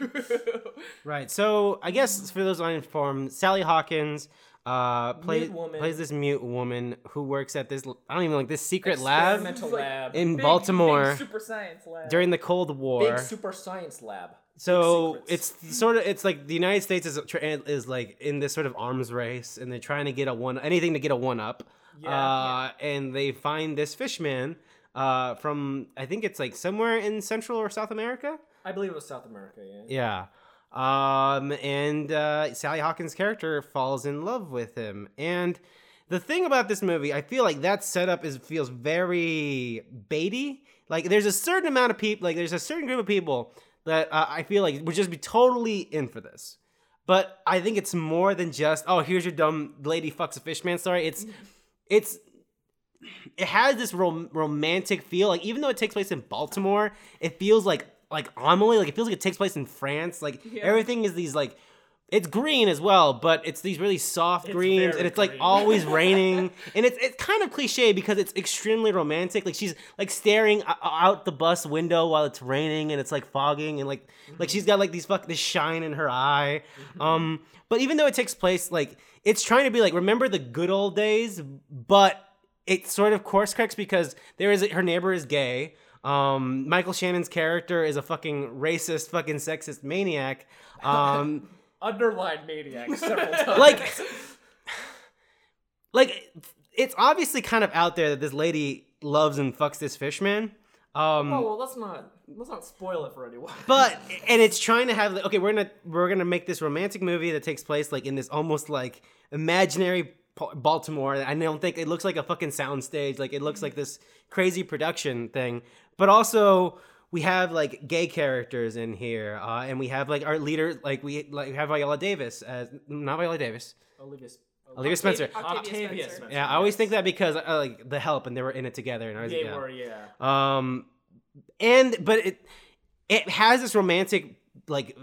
S1: Right. So I guess for those uninformed, Sally Hawkins uh, plays
S2: Mute woman.
S1: plays this mute woman who works at this I don't even like this secret lab
S2: Experimental
S3: It's like-
S2: lab.
S1: in
S3: Big-
S1: Baltimore
S3: big super science lab.
S1: during the Cold War.
S2: Big super science lab.
S1: so
S2: secrets.
S1: it's sort of it's like the United States is tr- is like in this sort of arms race, and they're trying to get a one anything to get a one up. uh, and they find this fishman uh, from I think it's like somewhere in Central or South America.
S2: I believe it was South America. Yeah.
S1: Yeah. Um, and uh, Sally Hawkins' character falls in love with him. And the thing about this movie, I feel like that setup is feels very baity. Like there's a certain amount of people, like there's a certain group of people that uh, I feel like would just be totally in for this. But I think it's more than just oh here's your dumb lady fucks a fishman story. It's it's it has this rom- romantic feel. Like even though it takes place in Baltimore, it feels like like Amelie. Like it feels like it takes place in France. Like
S3: Yeah.
S1: everything is these like it's green as well, but it's these really soft
S2: It's
S1: greens,
S2: very
S1: and it's like
S2: green.
S1: always raining, and it's it's kind of cliche because it's extremely romantic. Like she's like staring o- out the bus window while it's raining, and it's like fogging, and like like
S2: Mm-hmm.
S1: she's got like these fuck this shine in her eye. Um, but even though it takes place, like it's trying to be like remember the good old days, but it sort of course corrects because there is her neighbor is gay. Um, Michael Shannon's character is a fucking racist, fucking sexist maniac. Um,
S2: Underlined maniac several times.
S1: like, like it's obviously kind of out there that this lady loves and fucks this fishman. Um,
S2: Oh well, let's not let's not spoil it for anyone.
S1: but and it's trying to have like, okay we're gonna we're gonna make this romantic movie that takes place like in this almost like imaginary Pa- baltimore i don't think it looks like a fucking soundstage like it looks like this crazy production thing but also we have like gay characters in here, uh, and we have like our leader, like we like we have Viola Davis as not Viola Davis,
S2: Olivia, Sp-
S1: Olivia Spencer.
S3: Octavia
S2: Octavia
S3: Spencer.
S2: Spencer.
S1: Yeah, I always think that because uh, like the help and they were in it together, and I was
S2: They
S1: yeah.
S2: were, yeah.
S1: Um, and but it it has this romantic like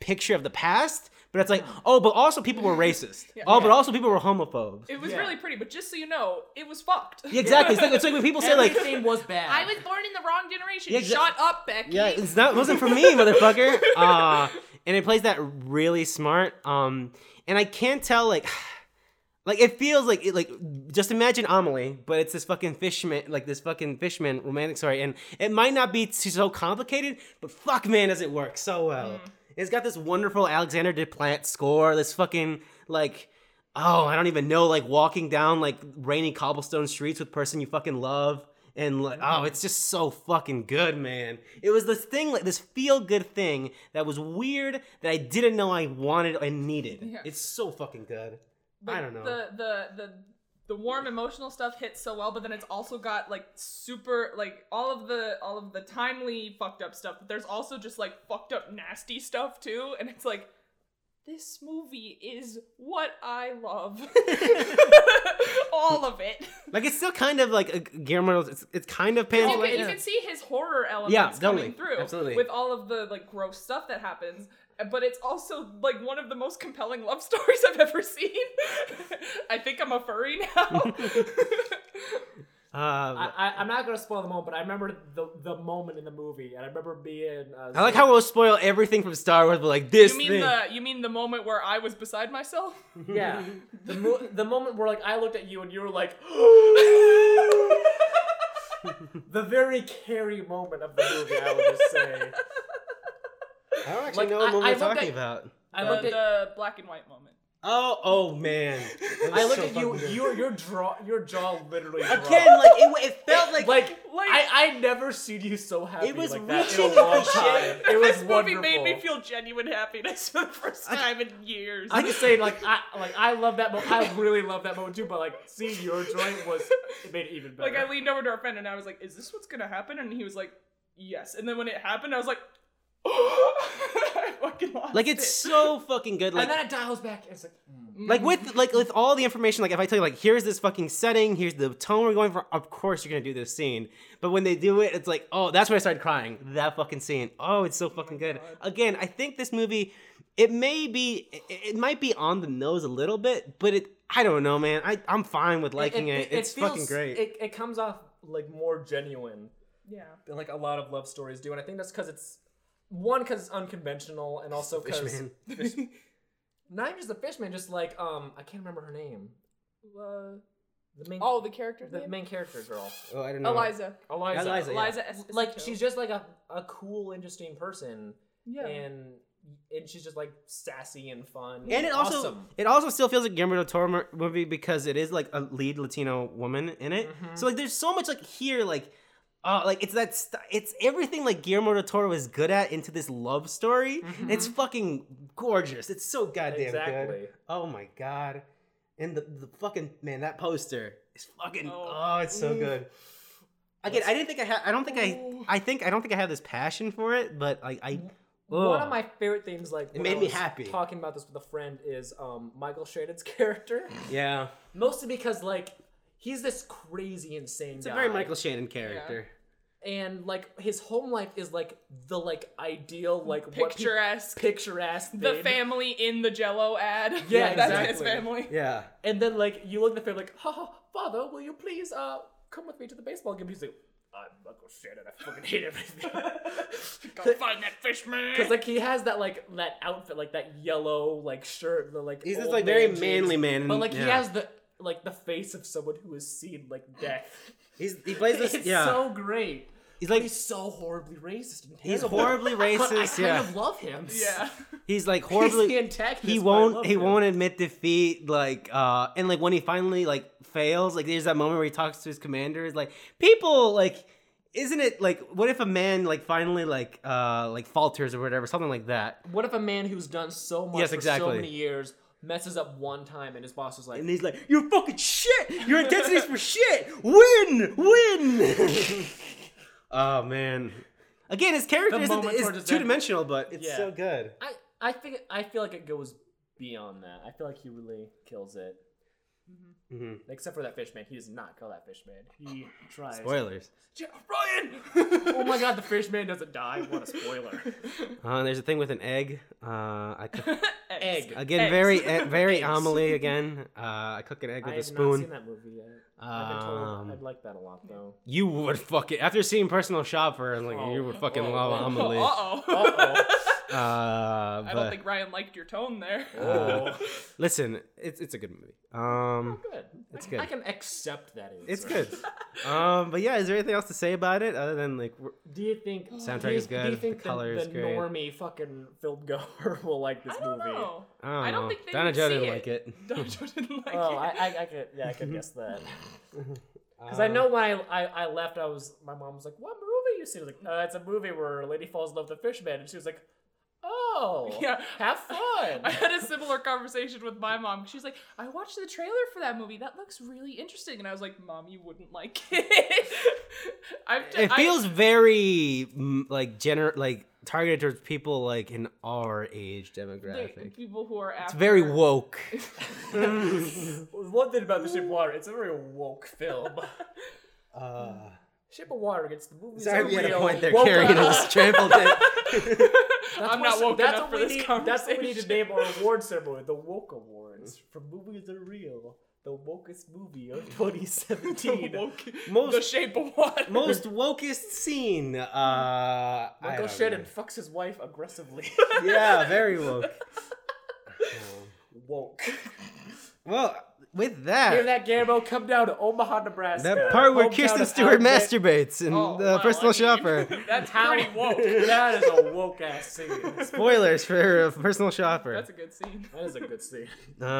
S1: picture of the past, but it's like oh, but also people were racist.
S3: Yeah.
S1: oh, but
S2: Yeah.
S1: also people were homophobes.
S3: It was
S2: Yeah.
S3: really pretty, but just so you know, it was fucked.
S1: Yeah, exactly. It's like, it's like when people say like
S2: Everything was bad.
S3: I was born in the wrong generation.
S1: Yeah, exa-
S3: Shut up, Becky.
S1: yeah, it's not it wasn't for me, motherfucker. Uh, and it plays that really smart. Um, and I can't tell like. Like it feels like it, like just imagine Amelie, but it's this fucking fishman, like this fucking fishman romantic story, and it might not be too, so complicated, but fuck man, does it work so well. It's got this wonderful Alexander Desplat score, this fucking like oh I don't even know, like walking down like rainy cobblestone streets with person you fucking love, and like oh it's just so fucking good, man. It was this thing like this feel good thing that was weird that I didn't know I wanted and needed.
S3: Yeah.
S1: It's so fucking good.
S3: Like,
S1: I don't know.
S3: The the the the warm emotional stuff hits so well, but then it's also got like super like all of the all of the timely fucked up stuff, but there's also just like fucked up nasty stuff too, and it's like this movie is what I love. all of it.
S1: Like it's still kind of like a Guillermo. It's, it's kind of
S3: You
S1: pans.
S3: can-
S1: like-
S3: you can see his horror elements
S1: Yeah, totally.
S3: coming through
S1: Absolutely.
S3: with all of the like gross stuff that happens. But it's also like one of the most compelling love stories I've ever seen. I think I'm a furry now.
S1: Uh,
S2: I, I, am not gonna spoil the moment, but I remember the the moment in the movie, and I remember being. Uh,
S1: I like how we'll spoil everything from Star Wars, but like this
S3: you mean
S1: thing.
S3: the you mean the moment where I was beside myself?
S2: yeah, the mo- the moment where like I looked at you and you were like, the very Carrie moment of the movie. I would just say.
S1: I don't actually
S2: like,
S1: know what
S2: I-
S1: movie
S2: I
S1: we're
S2: looked
S1: talking
S2: at-
S1: about.
S2: I
S3: the,
S2: looked at
S3: the black and white moment.
S1: Oh, oh man!
S2: I looked at you. Your your draw your jaw literally dropped.
S1: again. Like it, it felt like
S2: Like,
S3: Like-
S2: I I never seen you so happy.
S1: It was
S2: like that in
S1: reaching
S2: a long
S1: for shit.
S2: time. It was
S3: this movie
S2: wonderful.
S3: made me feel genuine happiness for the first time in years.
S2: I'm just saying, like I like I love that moment. I really love that moment too. But like seeing your joy was it made it even better.
S3: like I leaned over to our friend and I was like, "Is this what's gonna happen?" And he was like, "Yes." And then when it happened, I was like, "I fucking lost
S1: like it's
S3: it.
S1: so fucking good. Like
S2: and then it dials back. And it's like mm.
S1: like with like with all the information. Like if I tell you like here's this fucking setting, here's the tone we're going for. Of course you're gonna do this scene. But when they do it, it's like oh that's when I started crying. That fucking scene. Oh it's so fucking good.
S3: God.
S1: Again, I think this movie. It may be, it- it might be on the nose a little bit, but it, I don't know, man. I, I'm fine with liking it. It's
S2: feels-
S1: fucking great.
S2: It, it comes off like more genuine
S3: yeah."
S2: than like a lot of love stories do, and I think that's because it's one because it's unconventional, and also because
S1: Fishman.
S2: not even just the fishman, just like um I can't remember her name.
S3: Uh,
S2: The main
S3: oh, the character
S2: the
S3: name?
S2: main character girl,
S1: Oh, I don't know.
S3: Eliza.
S2: Eliza.
S1: Eliza, yeah.
S3: Eliza. S-
S2: Like
S3: Esposito.
S2: she's just like a, a cool, interesting person,
S3: yeah.
S2: and and she's just like sassy and fun,
S1: And it also
S2: awesome.
S1: it also still feels like a Guillermo del Toro mo- movie because it is like a lead Latino woman in it.
S2: Mm-hmm.
S1: So like there's so much like here like uh like it's that st- it's everything like Guillermo del Toro is good at into this love story. And It's fucking gorgeous. It's so goddamn
S2: Mm-hmm. exactly.
S1: good. Oh my god. And the, the fucking man that poster is fucking oh,
S3: Oh.
S1: it's so
S3: Ooh.
S1: good. Again, I didn't think I had. I don't think
S3: Ooh.
S1: I. I think I don't think I have this passion for it, but like I. oh,
S2: One
S1: ugh.
S2: of my favorite things, like when
S1: made
S2: I
S1: me
S2: was
S1: happy.
S2: Talking about this with a friend is um, Michael Shaded's character,
S1: Yeah.
S2: mostly because like he's this crazy, insane.
S1: It's a very Michael Shannon character.
S2: and like his home life is like the like ideal like what peop-
S3: picturesque.
S2: picturesque
S3: The
S2: thing.
S3: family in the Jello ad.
S2: Yeah,
S3: that's his
S2: exactly.
S3: family.
S1: Yeah.
S2: And then like you look at the family like, ha, ha, father, will you please uh come with me to the baseball game? He's like, I'm Michael Shannon. I fucking hate everything.
S3: Go find that fish man.
S2: Because like he has that like that outfit, like that yellow like shirt, the like
S1: He's this
S2: old
S1: like very
S2: man
S1: manly
S2: jeans.
S1: man.
S2: But like
S1: yeah.
S2: he has the like the face of someone who has seen like death.
S1: He's, he plays this.
S2: it's
S1: yeah.
S2: so great.
S1: he's like
S2: He's so horribly racist. And
S1: he's
S2: terrible.
S1: horribly
S2: But I
S1: racist.
S2: kind
S1: Yeah.
S2: of love him.
S3: yeah.
S1: He's like
S2: Horribly
S1: horribly.
S2: antagonist.
S1: He
S2: but I love
S1: won't. He
S2: him.
S1: won't admit defeat. Like uh, and like when he finally like fails, like there's that moment where he talks to his commander. Is like people like. Isn't it like what if a man like finally like uh like falters or whatever something like that
S2: What if a man who's done so much
S1: Yes,
S2: for
S1: exactly.
S2: so many years messes up one time and his boss was like,
S1: and he's like you're fucking shit your intensity's for shit win win oh man Again, his character
S2: The
S1: isn't,
S2: moment towards
S1: is
S2: his
S1: two
S2: end.
S1: dimensional, but it's
S2: Yeah.
S1: so good.
S2: I I think I feel like it goes beyond that. I feel like he really kills it.
S1: hmm
S2: Except for that fish man, he does not kill that fish man. He tries.
S1: Spoilers.
S2: Ja- Ryan! oh my god, the fish man doesn't die. What a spoiler.
S1: Uh, there's a thing with an egg. Uh, I cook,
S2: Egg.
S1: again, very,
S3: Eggs.
S1: eh, very
S2: Eggs.
S1: Amelie again. Uh, I cook an egg
S2: I
S1: with
S2: have
S1: a spoon.
S2: not seen that movie yet. I've been
S1: Um,
S2: told I'd like that a lot though.
S1: You would fucking after seeing Personal Shopper, and like
S2: Oh.
S1: you would fucking
S2: Oh.
S1: love Amelie. Uh,
S3: Uh
S2: Uh-oh.
S3: oh.
S1: but
S3: I don't think Ryan liked your tone there.
S1: Uh,
S2: Oh,
S1: listen, it's it's a good movie. Um,
S2: good.
S1: it's
S2: I-
S1: good.
S2: I can accept that answer.
S1: it's good. Um, but yeah, is there anything else to say about it other than like we're-
S2: Do you think
S1: Soundtrack
S2: do you-
S1: is good,
S2: Do you
S1: the
S2: think
S1: color is
S2: the
S1: great.
S2: normie fucking film goer will like this
S3: I don't
S2: movie?
S3: know.
S1: I don't,
S3: I don't
S1: know.
S3: think they
S1: Donna
S3: would
S1: Jo
S3: see
S1: didn't
S3: it.
S1: like it.
S3: Dojo didn't like
S2: Oh, I,
S3: it.
S2: I, I could, yeah, I could guess that. Because I
S1: Um,
S2: know when I, I, I left, I was, my mom was like, "What movie you see?" I was like, uh, "It's a movie where a lady falls in love with a fish man," and she was like, "Oh,
S3: Yeah.
S2: have fun."
S3: I had a similar conversation with my mom. She's like, I watched the trailer for that movie. That looks really interesting. And I was like, Mom, you wouldn't like it. I've
S1: it
S3: I-
S1: feels very mm, like gener like targeted towards people like in our age
S3: the
S1: demographic.
S3: people who are after.
S1: It's very woke.
S2: Well, One thing about the Shape of Water, it's a very woke film.
S1: Uh,
S2: Shape of Water gets the movies
S1: sorry,
S2: are
S1: we had a
S2: real.
S1: point there.
S2: woke-
S1: Carrie almost trampled it.
S2: That's
S3: I'm
S2: what-
S3: not woke
S2: that's
S3: enough
S2: what
S3: for
S2: we
S3: this
S2: need,
S3: conversation.
S2: That's what we need to name our award ceremony: the Woke Awards
S1: Mm.
S2: for movies are real, the wokest movie of 2017.
S3: The woke-
S1: Most-
S3: the shape of water.
S1: Most wokest scene. Uh, I
S2: Michael
S1: don't
S2: Shannon fucks his wife aggressively.
S1: know. Yeah, very woke. Um,
S2: woke.
S1: well, with
S2: Hear
S1: that,
S2: that, Gambo? Come down to Omaha, Nebraska.
S1: that part where
S2: hometown
S1: Kirsten
S2: of
S1: Stewart
S2: Outback.
S1: masturbates in
S3: Oh,
S1: the
S3: wow,
S1: Personal
S3: I mean,
S1: Shopper.
S3: That's
S2: How-
S3: pretty woke.
S2: That is a woke ass scene.
S1: Spoilers for uh, Personal Shopper.
S3: That's a good scene.
S2: That is a good scene.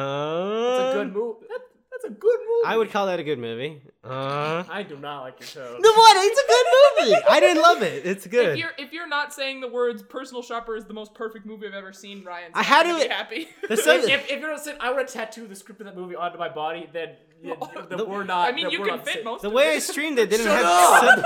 S2: That's
S1: Um,
S2: a good move. That, that's a good move.
S1: I would call that a good movie. Uh,
S2: I do not like your tone.
S1: the what? It's a good movie. I didn't love it. It's
S3: If
S1: good.
S3: you're if you're not saying the words "personal shopper" is the most perfect movie I've ever seen, Ryan,
S1: I had to-
S3: happy.
S1: There's some-
S2: If, if you're not saying I want to tattoo the script of that movie onto my body, then, yeah, then
S1: The-
S2: we're not.
S3: I mean,
S2: then
S3: you
S2: we're
S3: can
S2: not
S3: fit
S2: safe.
S3: most.
S1: the
S3: of
S1: way
S3: it.
S1: I streamed it didn't
S2: Shut
S1: have
S2: up!
S1: sub-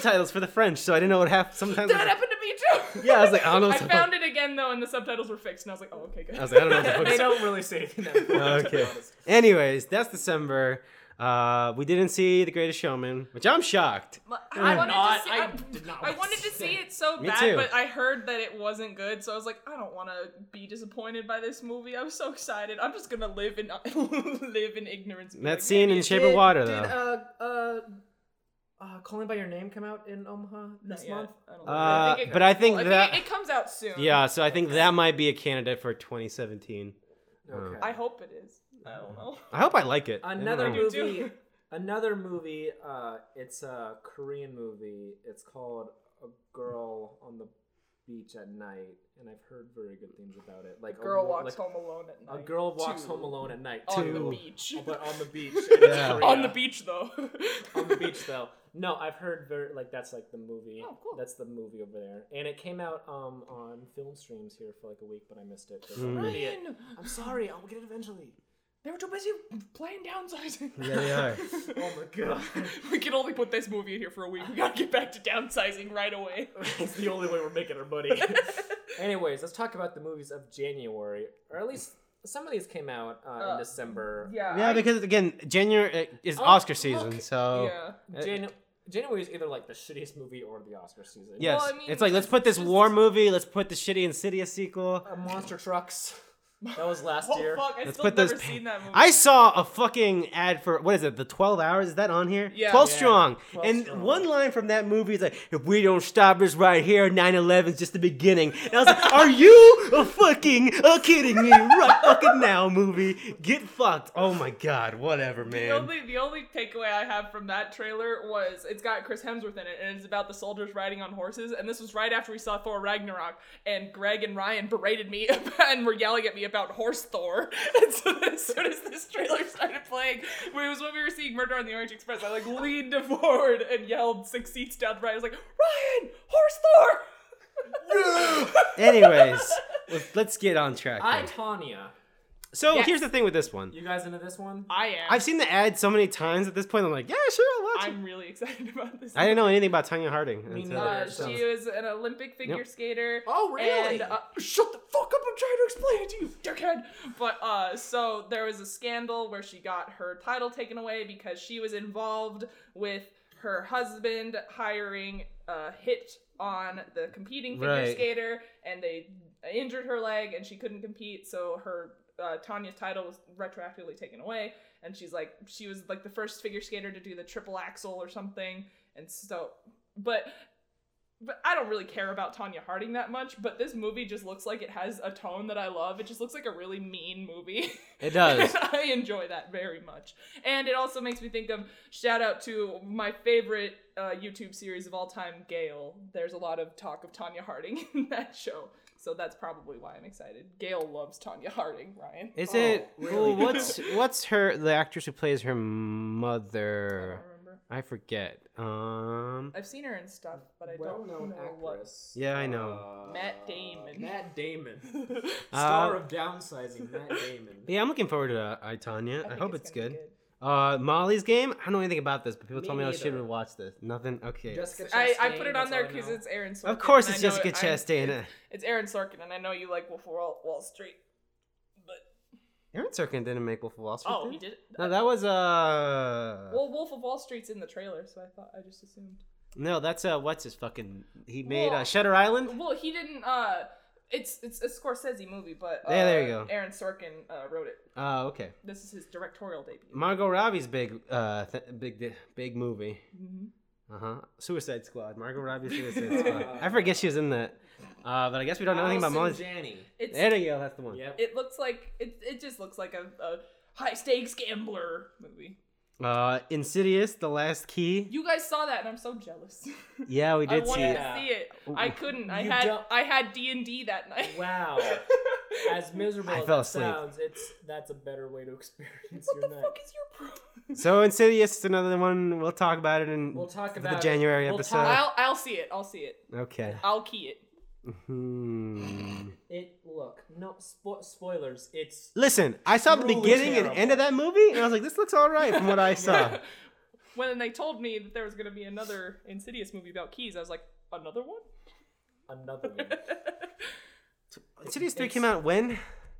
S1: subtitles for the French, so I didn't know what half sometimes.
S3: that happened to me too.
S1: Yeah, I was like, I don't know.
S3: I
S1: What's
S3: found it again though, and the subtitles were fixed, and I was like, oh, okay, good.
S1: I was like, I don't know what the fuck
S2: they don't really say anything. That much, to be
S1: okay.
S2: honest.
S1: Anyways, that's December. Uh, we didn't see The Greatest Showman, which I'm shocked.
S3: I wanted
S2: not-
S3: to see.
S2: I
S3: I,
S2: did not
S3: I
S2: want
S3: wanted
S2: to
S3: to
S2: see
S3: see
S2: it.
S3: it so
S1: Me
S3: bad,
S1: too.
S3: but I heard that it wasn't good, so I was like, I don't want to be disappointed by this movie. I was so excited. I'm just gonna live in live in ignorance.
S1: That scene in Shape of
S2: Did-
S1: Water,
S2: Did
S1: though.
S2: uh uh. Uh, calling by your name come out in Omaha
S3: Not
S2: this
S3: yet.
S2: month.
S3: I don't know.
S1: Uh,
S3: think it-
S1: but I think
S3: well,
S1: that-
S3: it, it comes out soon.
S1: Yeah, so I think that might be a candidate for 2017.
S2: Okay.
S3: I hope it is. I don't know.
S1: I hope I like it. I don't
S2: Another
S1: know.
S3: do too.
S2: movie. Another movie. Uh, it's a Korean movie. It's called A Girl on the Beach at Night, and I've heard very good things about it. Like
S3: Girl
S2: a, like,
S3: walks home alone at night.
S2: A girl walks
S3: Two.
S2: home alone at night.
S3: on
S1: Two.
S3: the beach.
S2: Oh, but on the beach.
S1: Yeah.
S2: in Korea.
S3: on the beach though.
S2: on the beach though. No, I've heard very like that's like the movie.
S3: Oh, cool.
S2: That's the movie over there, and it came out um on film streams here for like a week, but I missed it. 'cause I'm an
S1: Mm.
S2: idiot.
S3: Ryan,
S2: I'm sorry. I'll get it eventually.
S3: they were too busy playing downsizing.
S1: Yeah, they are.
S2: Oh my god,
S3: we can only put this movie in here for a week. We gotta get back to downsizing right away.
S2: it's the only way we're making our money. Anyways, let's talk about the movies of January, or at least some of these came out uh,
S3: Uh,
S2: in December.
S1: Yeah, Oh. because again, January uh, is
S2: Oh,
S1: Oscar season,
S2: look.
S1: so
S3: yeah.
S2: Janu- Uh, January is either like the shittiest movie or the Oscar season.
S1: yes,
S3: Well, I mean,
S1: it's like let's
S3: just-
S1: put this
S3: just-
S1: war movie, let's put the shitty Insidious sequel.
S2: Uh, Monster Trucks. That was last
S3: Oh
S2: year.
S3: fuck! I
S1: Let's
S3: still
S1: put
S3: never
S1: those. pa-
S3: seen that movie.
S1: I saw a fucking ad for what is it? The Twelve Hours is that on here?
S3: Yeah.
S1: Twelve
S2: Yeah.
S1: Strong.
S2: 12
S1: and
S2: Strong.
S1: one line from that movie is like, "If we don't stop this right here, 9/11 is just the beginning." And I was like, "Are you a fucking a kidding me right fucking now, movie? Get fucked!" Oh my god, whatever, man.
S3: The only the only takeaway I have from that trailer was it's got Chris Hemsworth in it, and it's about the soldiers riding on horses. And this was right after we saw Thor Ragnarok, and Greg and Ryan berated me and were yelling at me about horse Thor. And so then as soon as this trailer started playing, when it was when we were seeing Murder on the Orange Express, I like leaned forward and yelled six seats down the right. I was like, Ryan, horse Thor.
S1: Anyways, let's- let's get on track.
S2: I
S1: here.
S2: Tanya.
S1: So
S3: Yes.
S1: here's the thing with this one.
S2: You guys into this one?
S3: I am.
S1: I've seen the ad so many times at this point. I'm like, yeah, sure, I'll watch it.
S3: I'm really excited about this.
S1: I didn't know anything about Tanya Harding
S2: Me
S1: until
S2: neither.
S3: Uh,
S1: it
S2: So-
S3: she was an Olympic figure
S1: Yep.
S3: skater.
S4: Oh, really?
S3: And, uh,
S4: Shut the fuck up! I'm trying to explain it to you, dickhead.
S3: But uh, so there was a scandal where she got her title taken away because she was involved with her husband hiring a hit on the competing figure
S1: Right.
S3: skater, and they injured her leg, and she couldn't compete. So her uh, Tanya's title was retroactively taken away, and she's like, she was like the first figure skater to do the triple axel or something, and so, but. But I don't really care about Tanya Harding that much, but this movie just looks like it has a tone that I love. It just looks like a really mean movie.
S1: It does.
S3: I enjoy that very much. And it also makes me think of shout out to my favorite uh, YouTube series of all time, Gail. There's a lot of talk of Tanya Harding in that show. So that's probably why I'm excited. Gail loves Tanya Harding, Ryan.
S1: Is
S4: Oh,
S1: it
S4: really?
S1: well, what's what's her the actress who plays her mother?
S3: I don't remember.
S1: I forget. Um
S3: I've seen her in stuff, but I don't know
S4: Well-known
S3: what.
S4: actress.
S1: Yeah, I know.
S4: Uh,
S3: Matt Damon.
S4: Matt Damon. Star of Downsizing. Matt Damon.
S1: Uh, yeah, I'm looking forward to uh, I Tanya. I,
S3: think
S1: hope it's,
S3: gonna
S1: good.
S3: be
S1: Uh Molly's game? I don't know anything about this, but people
S4: Me
S1: told me I
S4: neither.
S1: should watch this. Nothing. Okay.
S4: Jessica
S3: I, I
S4: Chastain,
S3: put it
S4: that's
S3: on there
S4: all I
S3: because
S4: know.
S3: it's Aaron Sorkin.
S1: of course,
S3: and
S1: it's
S3: I know
S1: Jessica
S3: it- I-
S1: Chastain.
S3: It's, it's Aaron Sorkin, and I know you like Wolf of Wall, Wall Street. But
S1: Aaron Sorkin didn't make Wolf of Wall Street.
S3: oh,
S1: did
S3: he
S1: he?
S3: did. it?
S1: No, that was uh.
S3: Well, Wolf of Wall Street's in the trailer, so I thought I just assumed.
S1: no, that's uh. What's his fucking? He made
S3: Well-
S1: uh, Shutter Island.
S3: Well, he didn't. Uh, it's it's a Scorsese movie, but uh,
S1: Yeah, there you go.
S3: Aaron Sorkin uh, wrote it.
S1: Oh, okay.
S3: This is his directorial debut.
S1: Margot Robbie's big uh th- big di- big movie.
S3: Mhm.
S1: Uh huh. Suicide Squad. Margot Robbie. Suicide Squad. I forget she was in that. Uh, but I guess we don't know anything about
S4: Allison
S1: Molly's.
S4: Janney.
S3: It's
S1: There you go. That's the one.
S4: Yep.
S3: it looks like it. It just looks like a, a high stakes gambler movie.
S1: Uh, Insidious. The Last Key.
S3: You guys saw that, and I'm so jealous.
S1: Yeah, we
S3: I
S1: did see
S3: wanted
S1: it.
S3: to see it. I couldn't. I
S2: You
S3: had
S2: don't-
S3: I had D and D that night.
S2: Wow. As miserable
S1: I
S2: as
S1: fell
S2: that
S1: asleep.
S2: sounds, it's that's a better way to experience
S3: what
S2: your
S3: the
S2: night.
S3: fuck is your problem?
S1: So Insidious is another one. We'll talk about it in
S2: We'll talk
S1: the
S2: about it.
S1: January
S2: We'll
S1: episode.
S2: talk-
S3: I'll I'll see it. I'll see it.
S1: Okay.
S3: I'll key it.
S1: Hmm.
S2: It look no spo- spoilers. It's
S1: Listen, I saw the
S2: Truly
S1: beginning and
S2: terrible.
S1: end of that movie, and I was like, "This looks all right from what I saw."
S3: when they told me that there was going to be another Insidious movie about keys, I was like, another one?
S2: another one.
S1: Insidious three came out when?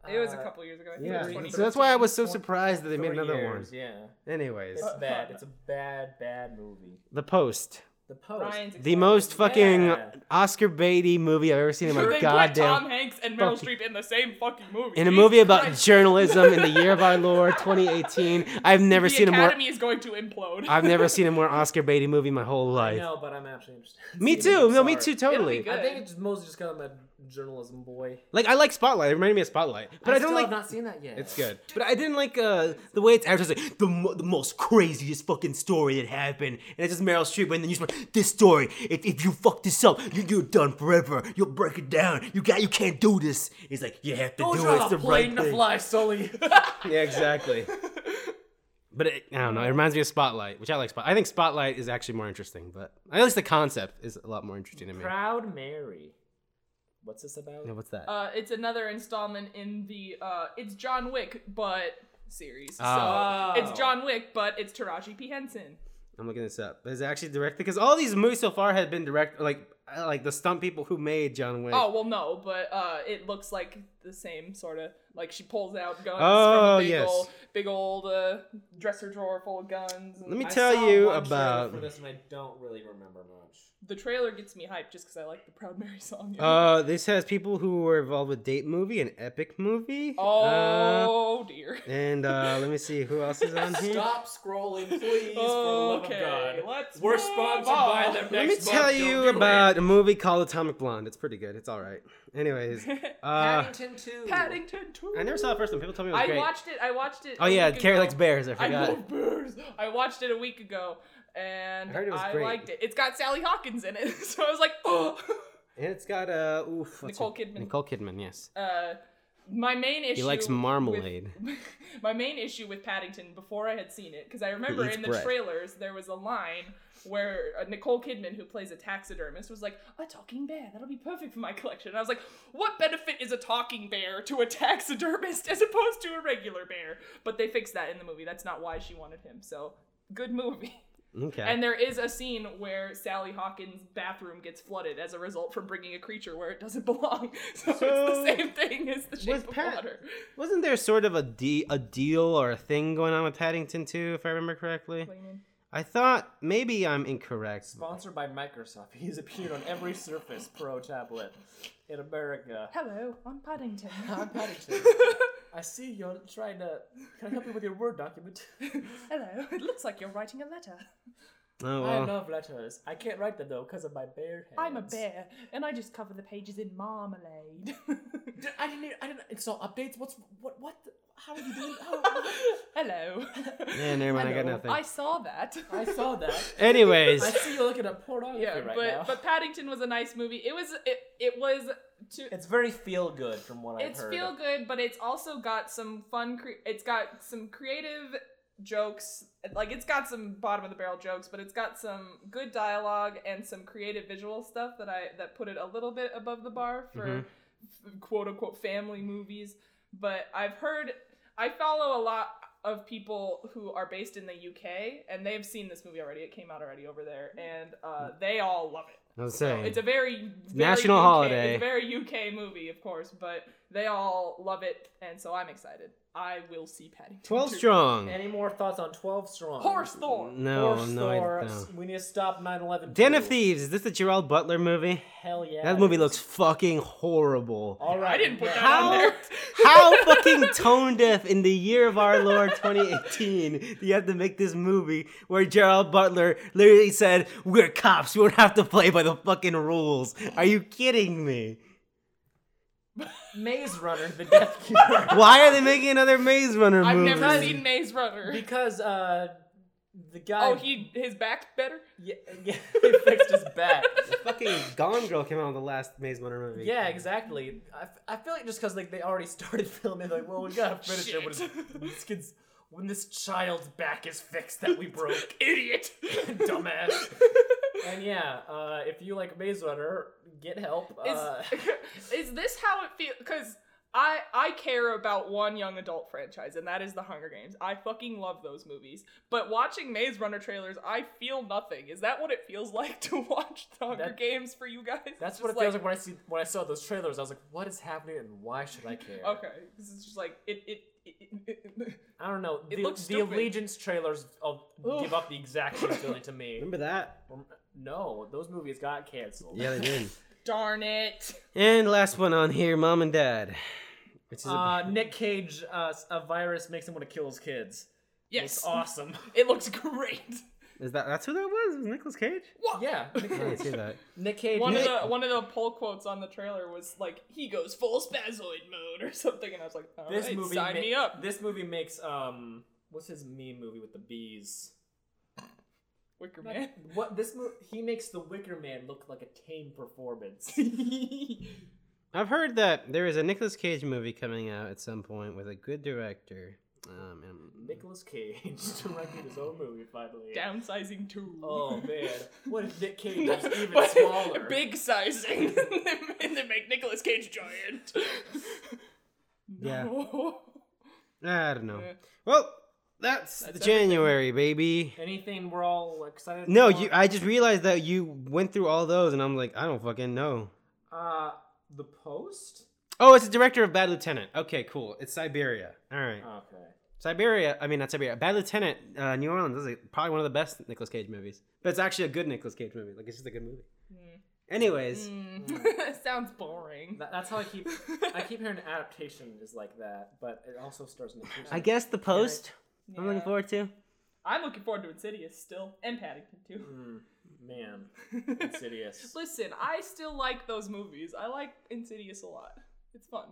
S3: it was a
S2: Uh,
S3: couple years ago. I think
S1: Yeah,
S3: it was
S1: so that's why I was so
S2: 2013,
S1: surprised that they made
S2: Three
S1: another
S2: years, Uh, Yeah,
S1: one. Anyways,
S2: it's
S3: Uh,
S2: bad. It's a bad, bad movie.
S1: The Post,
S2: The post.
S3: Ryan's
S1: the most fucking
S2: Yeah.
S1: Oscar baity movie I've ever seen in
S3: Sure,
S1: my
S3: they put
S1: goddamn.
S3: Tom Hanks and Meryl
S1: fucking-
S3: Streep in the same fucking movie.
S1: In a
S3: Jesus
S1: movie about
S3: Christ.
S1: journalism in the year of our Lord 2018, I've never
S3: the
S1: seen a more.
S3: Academy is going to implode.
S1: I've never seen a more Oscar baity movie in my whole
S2: I
S1: life.
S2: know, but I'm actually interested. in
S1: Me
S2: seeing it,
S1: too.
S2: I'm
S1: No, me
S2: sorry.
S1: too. Totally.
S3: good.
S2: I think it's just mostly just because I'm a journalism boy.
S1: Like I like Spotlight. It reminded me of Spotlight, but I, don't
S2: still
S1: like
S2: have not seen that yet.
S1: It's good, but I didn't like uh, the way it's advertised. Like the, mo- the most craziest fucking story that happened, and it's just Meryl Streep, and then you just like, this story. If, if you fuck this up, you, you're done forever. You'll break it down. You got you can't do this. He's like, you have to
S2: Don't
S1: do it.
S2: draw
S1: It's
S2: a
S1: the right
S2: plane to
S1: thing.
S2: fly, Sully.
S1: Yeah, exactly. but it, I don't know. It reminds me of Spotlight, which I like. Spot. I think Spotlight is actually more interesting, but at least the concept is a lot more interesting to me.
S2: Proud Mary. What's this about?
S1: Yeah, what's that?
S3: uh, it's another installment in the uh, it's John Wick but series.
S1: Oh.
S3: So it's John Wick but it's Taraji P Henson.
S1: I'm looking this up. Is it actually directed? Because all these movies so far had been direct, like uh, like the stunt people who made John Wick.
S3: Oh well, no, but uh, it looks like the same sort of like she pulls out guns
S1: Oh,
S3: from a big
S1: yes.
S3: old big old uh, dresser drawer full of guns. And
S1: Let me
S2: I
S1: tell
S2: saw
S1: you
S2: one trailer
S1: about-
S2: for this, and I don't really remember much.
S3: the trailer gets me hyped just because I like the Proud Mary song.
S1: Uh, this has people who were involved with Date Movie and Epic Movie. Uh,
S3: oh dear.
S1: and uh, let me see who else is on here.
S4: Stop scrolling, please. for the
S3: Okay,
S4: love of God.
S3: let's
S4: We're
S3: move
S4: sponsored
S3: on.
S4: by them.
S1: Let me
S4: next
S1: tell
S4: month,
S1: you
S4: don't do
S1: about a movie called Atomic Blonde. It's pretty good. It's all right. Anyways, uh,
S4: Paddington Two.
S3: Paddington Two.
S1: I never saw the first one. People told me it was
S3: I
S1: great.
S3: watched it. I watched it.
S1: oh
S3: a
S1: yeah,
S3: week
S1: Carrie
S3: ago.
S1: likes bears. I
S3: I
S1: forgot.
S3: love bears. I watched it a week ago, and
S1: I heard it was
S3: I
S1: great.
S3: liked it. It's got Sally Hawkins in it, so I was like, oh.
S1: and it's got uh, oof, what's
S3: Nicole
S1: her-
S3: Kidman.
S1: Nicole Kidman, yes.
S3: uh, my main issue.
S1: He likes
S3: with-
S1: marmalade.
S3: my main issue with Paddington before I had seen it, because I remember
S1: eats
S3: in the
S1: bread.
S3: trailers there was a line where uh, Nicole Kidman, who plays a taxidermist, was like, "A talking bear, that'll be perfect for my collection." And I was like, "What benefit is a talking bear to a taxidermist as opposed to a regular bear?" But they fixed that in the movie. That's not why she wanted him. So good movie.
S1: Okay.
S3: And there is a scene where Sally Hawkins' bathroom gets flooded as a result from bringing a creature where it doesn't belong. So,
S1: So,
S3: it's the same thing as the
S1: was
S3: shape of
S1: Pat-
S3: water.
S1: Wasn't there sort of a, de- a deal or a thing going on with Paddington too, if I remember correctly?
S3: What do you mean?
S1: I thought maybe I'm incorrect. Oh,
S2: Sponsored by Microsoft, he's appeared on every Surface Pro tablet in America.
S3: Hello, I'm Paddington.
S2: I'm Paddington. I see you're trying to. Can I help you with your Word document?
S3: Hello. It looks like you're writing a letter.
S1: Oh
S4: Uh.
S2: I
S1: well.
S2: love letters. I can't write them though because of my bare hands.
S3: I'm a bear, and I just cover the pages in marmalade.
S2: D- I didn't. I didn't install updates. What's what? What? How are you doing? How,
S3: Hello.
S1: Yeah, never mind. I got
S2: Hello.
S1: nothing.
S3: I saw that.
S2: I saw that.
S1: Anyways,
S2: I see you looking at pornography
S3: yeah,
S2: right
S3: but
S2: now.
S3: but Paddington was a nice movie. It was it, it was to
S2: it's very feel good from what I've
S3: it's
S2: heard.
S3: feel good, but it's also got some fun. Cre- it's got some creative jokes. Like it's got some bottom of the barrel jokes, but it's got some good dialogue and some creative visual stuff that I that put it a little bit above the bar for
S1: Mhm.
S2: Mm-hmm.
S3: f- quote unquote family movies. But I've heard I follow a lot of people who are based in the UK and they've seen this movie already. It came out already over there, and uh, they all love it.
S1: I was
S3: So
S1: saying.
S3: it's a very, very
S1: National
S3: UK
S1: holiday.
S3: It's a very UK movie, of course, but they all love it, and so I'm excited. I will see Paddington.
S1: Twelve
S3: too.
S1: strong.
S2: Any more thoughts on Twelve Strong?
S3: Horse Thor.
S1: No,
S2: Horse
S1: no, I
S2: Thor,
S1: no.
S2: We need to stop 9/11.
S1: Den of
S2: too.
S1: Thieves. Is this the Gerald Butler movie?
S2: Hell yeah.
S1: That
S2: it
S1: movie
S2: is.
S1: looks fucking horrible.
S2: All right.
S3: I didn't put
S2: yeah.
S3: that
S1: How-
S3: on there.
S1: How fucking tone deaf in the year of our Lord 2018 do you have to make this movie where Gerald Butler literally said, "We're cops. We don't have to play by the fucking rules." Are you kidding me?
S2: Maze Runner, the Death Cure.
S1: Why are they making another Maze Runner
S3: I've
S1: movie?
S3: never seen Maze Runner.
S2: because uh, the guy.
S3: Oh, he his back's better.
S2: yeah, yeah, he fixed his back.
S1: fucking Gone Girl came out in the last Maze Runner movie.
S2: Yeah, exactly. I, f- I feel like just because like they already started filming, like, well, we gotta finish it when,
S3: Shit.
S2: his- when this kid's when this child's back is fixed that we broke,
S3: Idiot.
S2: dumbass. And yeah, uh, if you like Maze Runner, get help.
S3: Is,
S2: Uh,
S3: is this how it feels? Because I I care about one young adult franchise, and that is The Hunger Games. I fucking love those movies. But watching Maze Runner trailers, I feel nothing. Is that what it feels like to watch The Hunger
S2: That-
S3: Games for you guys?
S2: that's
S3: It's
S2: what it
S3: just
S2: feels like when I see when I saw those trailers. I was like, what is happening and why should I care?
S3: Okay, this is just like it. It. it, it, it-
S2: I don't know.
S3: It
S2: the,
S3: looks
S2: the
S3: stupid.
S2: Allegiance trailers of,
S3: Ugh.
S2: give up the exact same feeling to me.
S1: Remember that?
S2: Rem- No, those movies got canceled.
S1: Yeah, they did.
S3: darn it.
S1: and last one on here, Mom and Dad. Which is a-
S2: Uh, Nick Cage, uh, s- a virus makes him want to kill his kids.
S3: Yes,
S2: It's awesome.
S3: it looks great.
S1: is that that's who that was? Was Nicolas Cage?
S3: What?
S2: yeah, Nick
S1: I didn't see
S2: Cage.
S1: that.
S2: Nick Cage.
S3: One of
S2: Nick-
S3: the one of the poll quotes on the trailer was like he goes full spazoid mode or something, and I was like, all right,
S2: this movie
S3: sign
S2: ma-
S3: me up.
S2: This movie makes um, what's his meme movie with the bees?
S3: Wicker Man.
S2: What this movie? He makes the Wicker Man look like a tame performance.
S1: I've heard that there is a Nicolas Cage movie coming out at some point with a good director. Um, and-
S2: Nicholas Cage directed his own movie finally.
S3: Downsizing two.
S2: Oh man, what if Nick Cage
S3: No,
S2: was even
S3: but
S2: smaller?
S3: Big sizing. and they make Nicolas Cage giant.
S1: Yeah.
S3: No.
S1: I don't know.
S3: Yeah.
S1: Well, that's,
S3: That's
S1: the January, baby.
S2: Anything we're all excited?
S1: No,
S2: for?
S1: you. I just realized that you went through all those, and I'm like, I don't fucking know.
S2: uh, the post.
S1: Oh, it's the director of Bad Lieutenant. Okay, cool. It's Siberia. All right.
S2: Okay.
S1: Siberia, I mean not Siberia, Bad Lieutenant, uh, New Orleans. This is probably one of the best Nicolas Cage movies, but it's actually a good Nicolas Cage movie. Like it's just a good movie.
S3: Mm.
S1: Anyways,
S3: Mm. Sounds boring.
S2: That, that's how I keep. I keep hearing adaptation is like that, but it also stars Nick Cage.
S1: I guess the post I'm looking
S3: Yeah.
S1: forward to.
S3: I'm looking forward to Insidious still, and Paddington too.
S2: Mm, man,
S3: Mm.
S2: Insidious.
S3: Listen, I still like those movies. I like Insidious a lot. It's fun.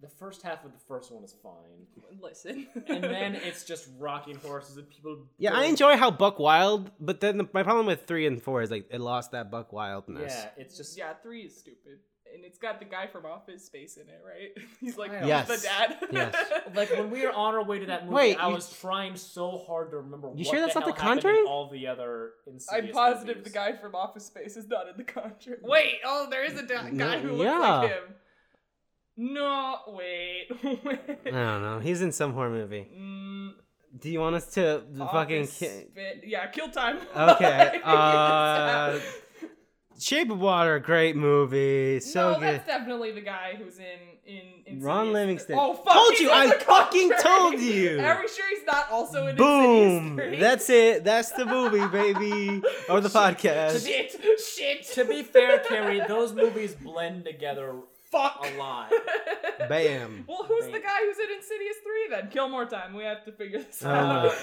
S2: the first half of the first one is fine,
S3: Listen.
S2: and then it's just rocking horses and people.
S1: Yeah, I
S2: doing-
S1: enjoy how Buck Wild, but then the, my problem with three and four is like it lost that Buck Wildness.
S2: Yeah, it's just
S3: yeah, three is stupid. and it's got the guy from Office Space in it, right? He's like
S2: I don't
S3: the
S1: Yes.
S3: dad.
S1: Yes.
S2: Like when we were on our way to that movie,
S1: Wait,
S2: I
S1: you-
S2: was trying so hard to remember.
S1: You
S2: what
S1: sure that's
S2: the
S1: not
S2: hell
S1: The
S2: happened in
S1: Conjuring?
S2: All the other.
S3: I'm
S2: Insidious
S3: positive
S2: movies.
S3: the guy from Office Space is not in the contract. Wait, oh, there is a da-
S1: No,
S3: guy who looks
S1: yeah.
S3: like him. No, wait.
S1: I don't know. He's in some horror movie.
S3: Mm,
S1: Do you want us to fucking
S3: Office
S1: ki-
S3: Spa- yeah, kill time.
S1: Okay, uh, Shape of Water? Great movie. So
S3: no,
S1: good.
S3: that's definitely the guy who's in in. in
S1: Ron
S3: Insidious.
S1: Livingston.
S3: Oh fuck!
S1: Told
S3: he's
S1: you,
S3: in
S1: I
S3: the
S1: fucking
S3: contract.
S1: told you.
S3: Are we sure he's not also in
S1: Boom.
S3: Insidious 3?
S1: That's it. That's the movie, baby, or the podcast.
S3: shit. Shit.
S2: To be fair, Carrie, those movies blend together
S3: fuck.
S2: a lot.
S1: Bam.
S3: Well, who's the
S2: Wait.
S3: guy who's in Insidious 3 then? Kill more time. We have to figure this out.
S1: Uh,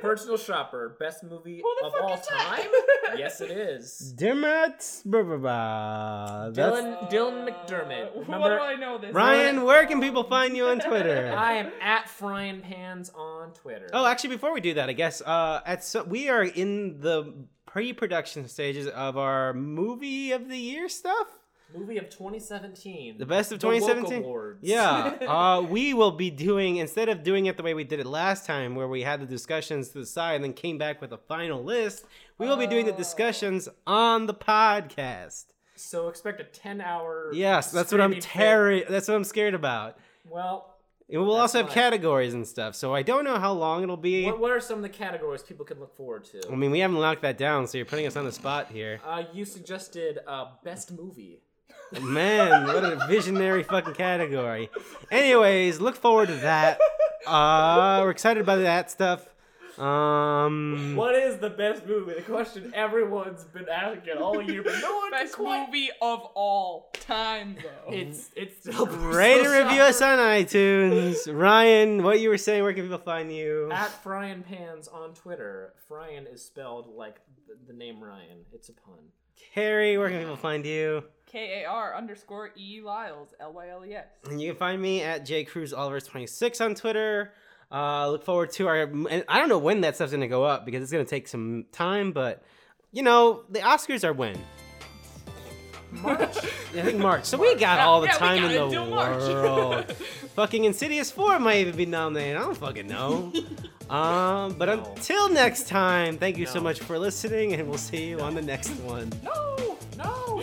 S2: Personal Shopper, best movie
S3: Who the
S2: of
S3: fuck
S2: all
S3: is that?
S2: time. yes, it is.
S1: Dermot. Blah, blah, blah. That's-
S2: Dylan- Dylan McDermott.
S3: Uh, What
S2: Remember-
S3: do I know this?
S1: Ryan, where can people find you on Twitter?
S2: I am at frying pans on Twitter.
S1: Oh, actually, before we do that, I guess uh, at so, we are in the pre-production stages of our movie of the year stuff.
S2: movie of 2017.
S1: The best of
S2: The Woke
S1: 2017?
S2: Awards.
S1: Yeah, uh, we will be doing instead of doing it the way we did it last time, where we had the discussions to the side and then came back with a final list. We will be doing the
S3: Oh.
S1: discussions on the podcast.
S2: So expect a 10-hour.
S1: Yes, that's what I'm
S2: streaming
S1: terri- That's what I'm scared about.
S2: fit. Well,
S1: And we'll
S2: That's
S1: also have
S2: fine.
S1: categories and stuff, so I don't know how long it'll be.
S2: what, what are some of the categories people can look forward
S1: I
S2: to?
S1: mean, we haven't locked that down, so you're putting us on the spot here.
S2: Uh, you suggested uh, best movie.
S1: Man, what a visionary fucking category. Anyways, look forward to that. Uh, we're excited about that stuff. Um,
S2: What is the best movie? The question everyone's been asking all year, but no one
S3: Best
S2: quite.
S3: movie of all time, though.
S2: It's it's still
S1: Rate and
S2: Personal
S1: review us
S2: Shopper.
S1: on iTunes. Ryan, what you were saying, where can people find you?
S2: At Fryan Pans on Twitter. Fryan is spelled like the, the name Ryan. It's a pun.
S1: Carrie, where can people find you?
S3: K A R underscore E Lyles. L Y L E X.
S1: And you can find me at jcruzoliver26 on Twitter. Uh, look forward to our. And I don't know when that stuff's gonna go up because it's gonna take some time, but you know the Oscars are when March. I think March. So we got all the
S3: Yeah, we
S1: time in
S3: gotta
S1: the
S3: do March.
S1: world. fucking Insidious Four might even be nominated. I don't fucking know. um, but
S2: No.
S1: until next time, thank you so
S2: No.
S1: much for listening, and we'll see you on the next one.
S3: No! No!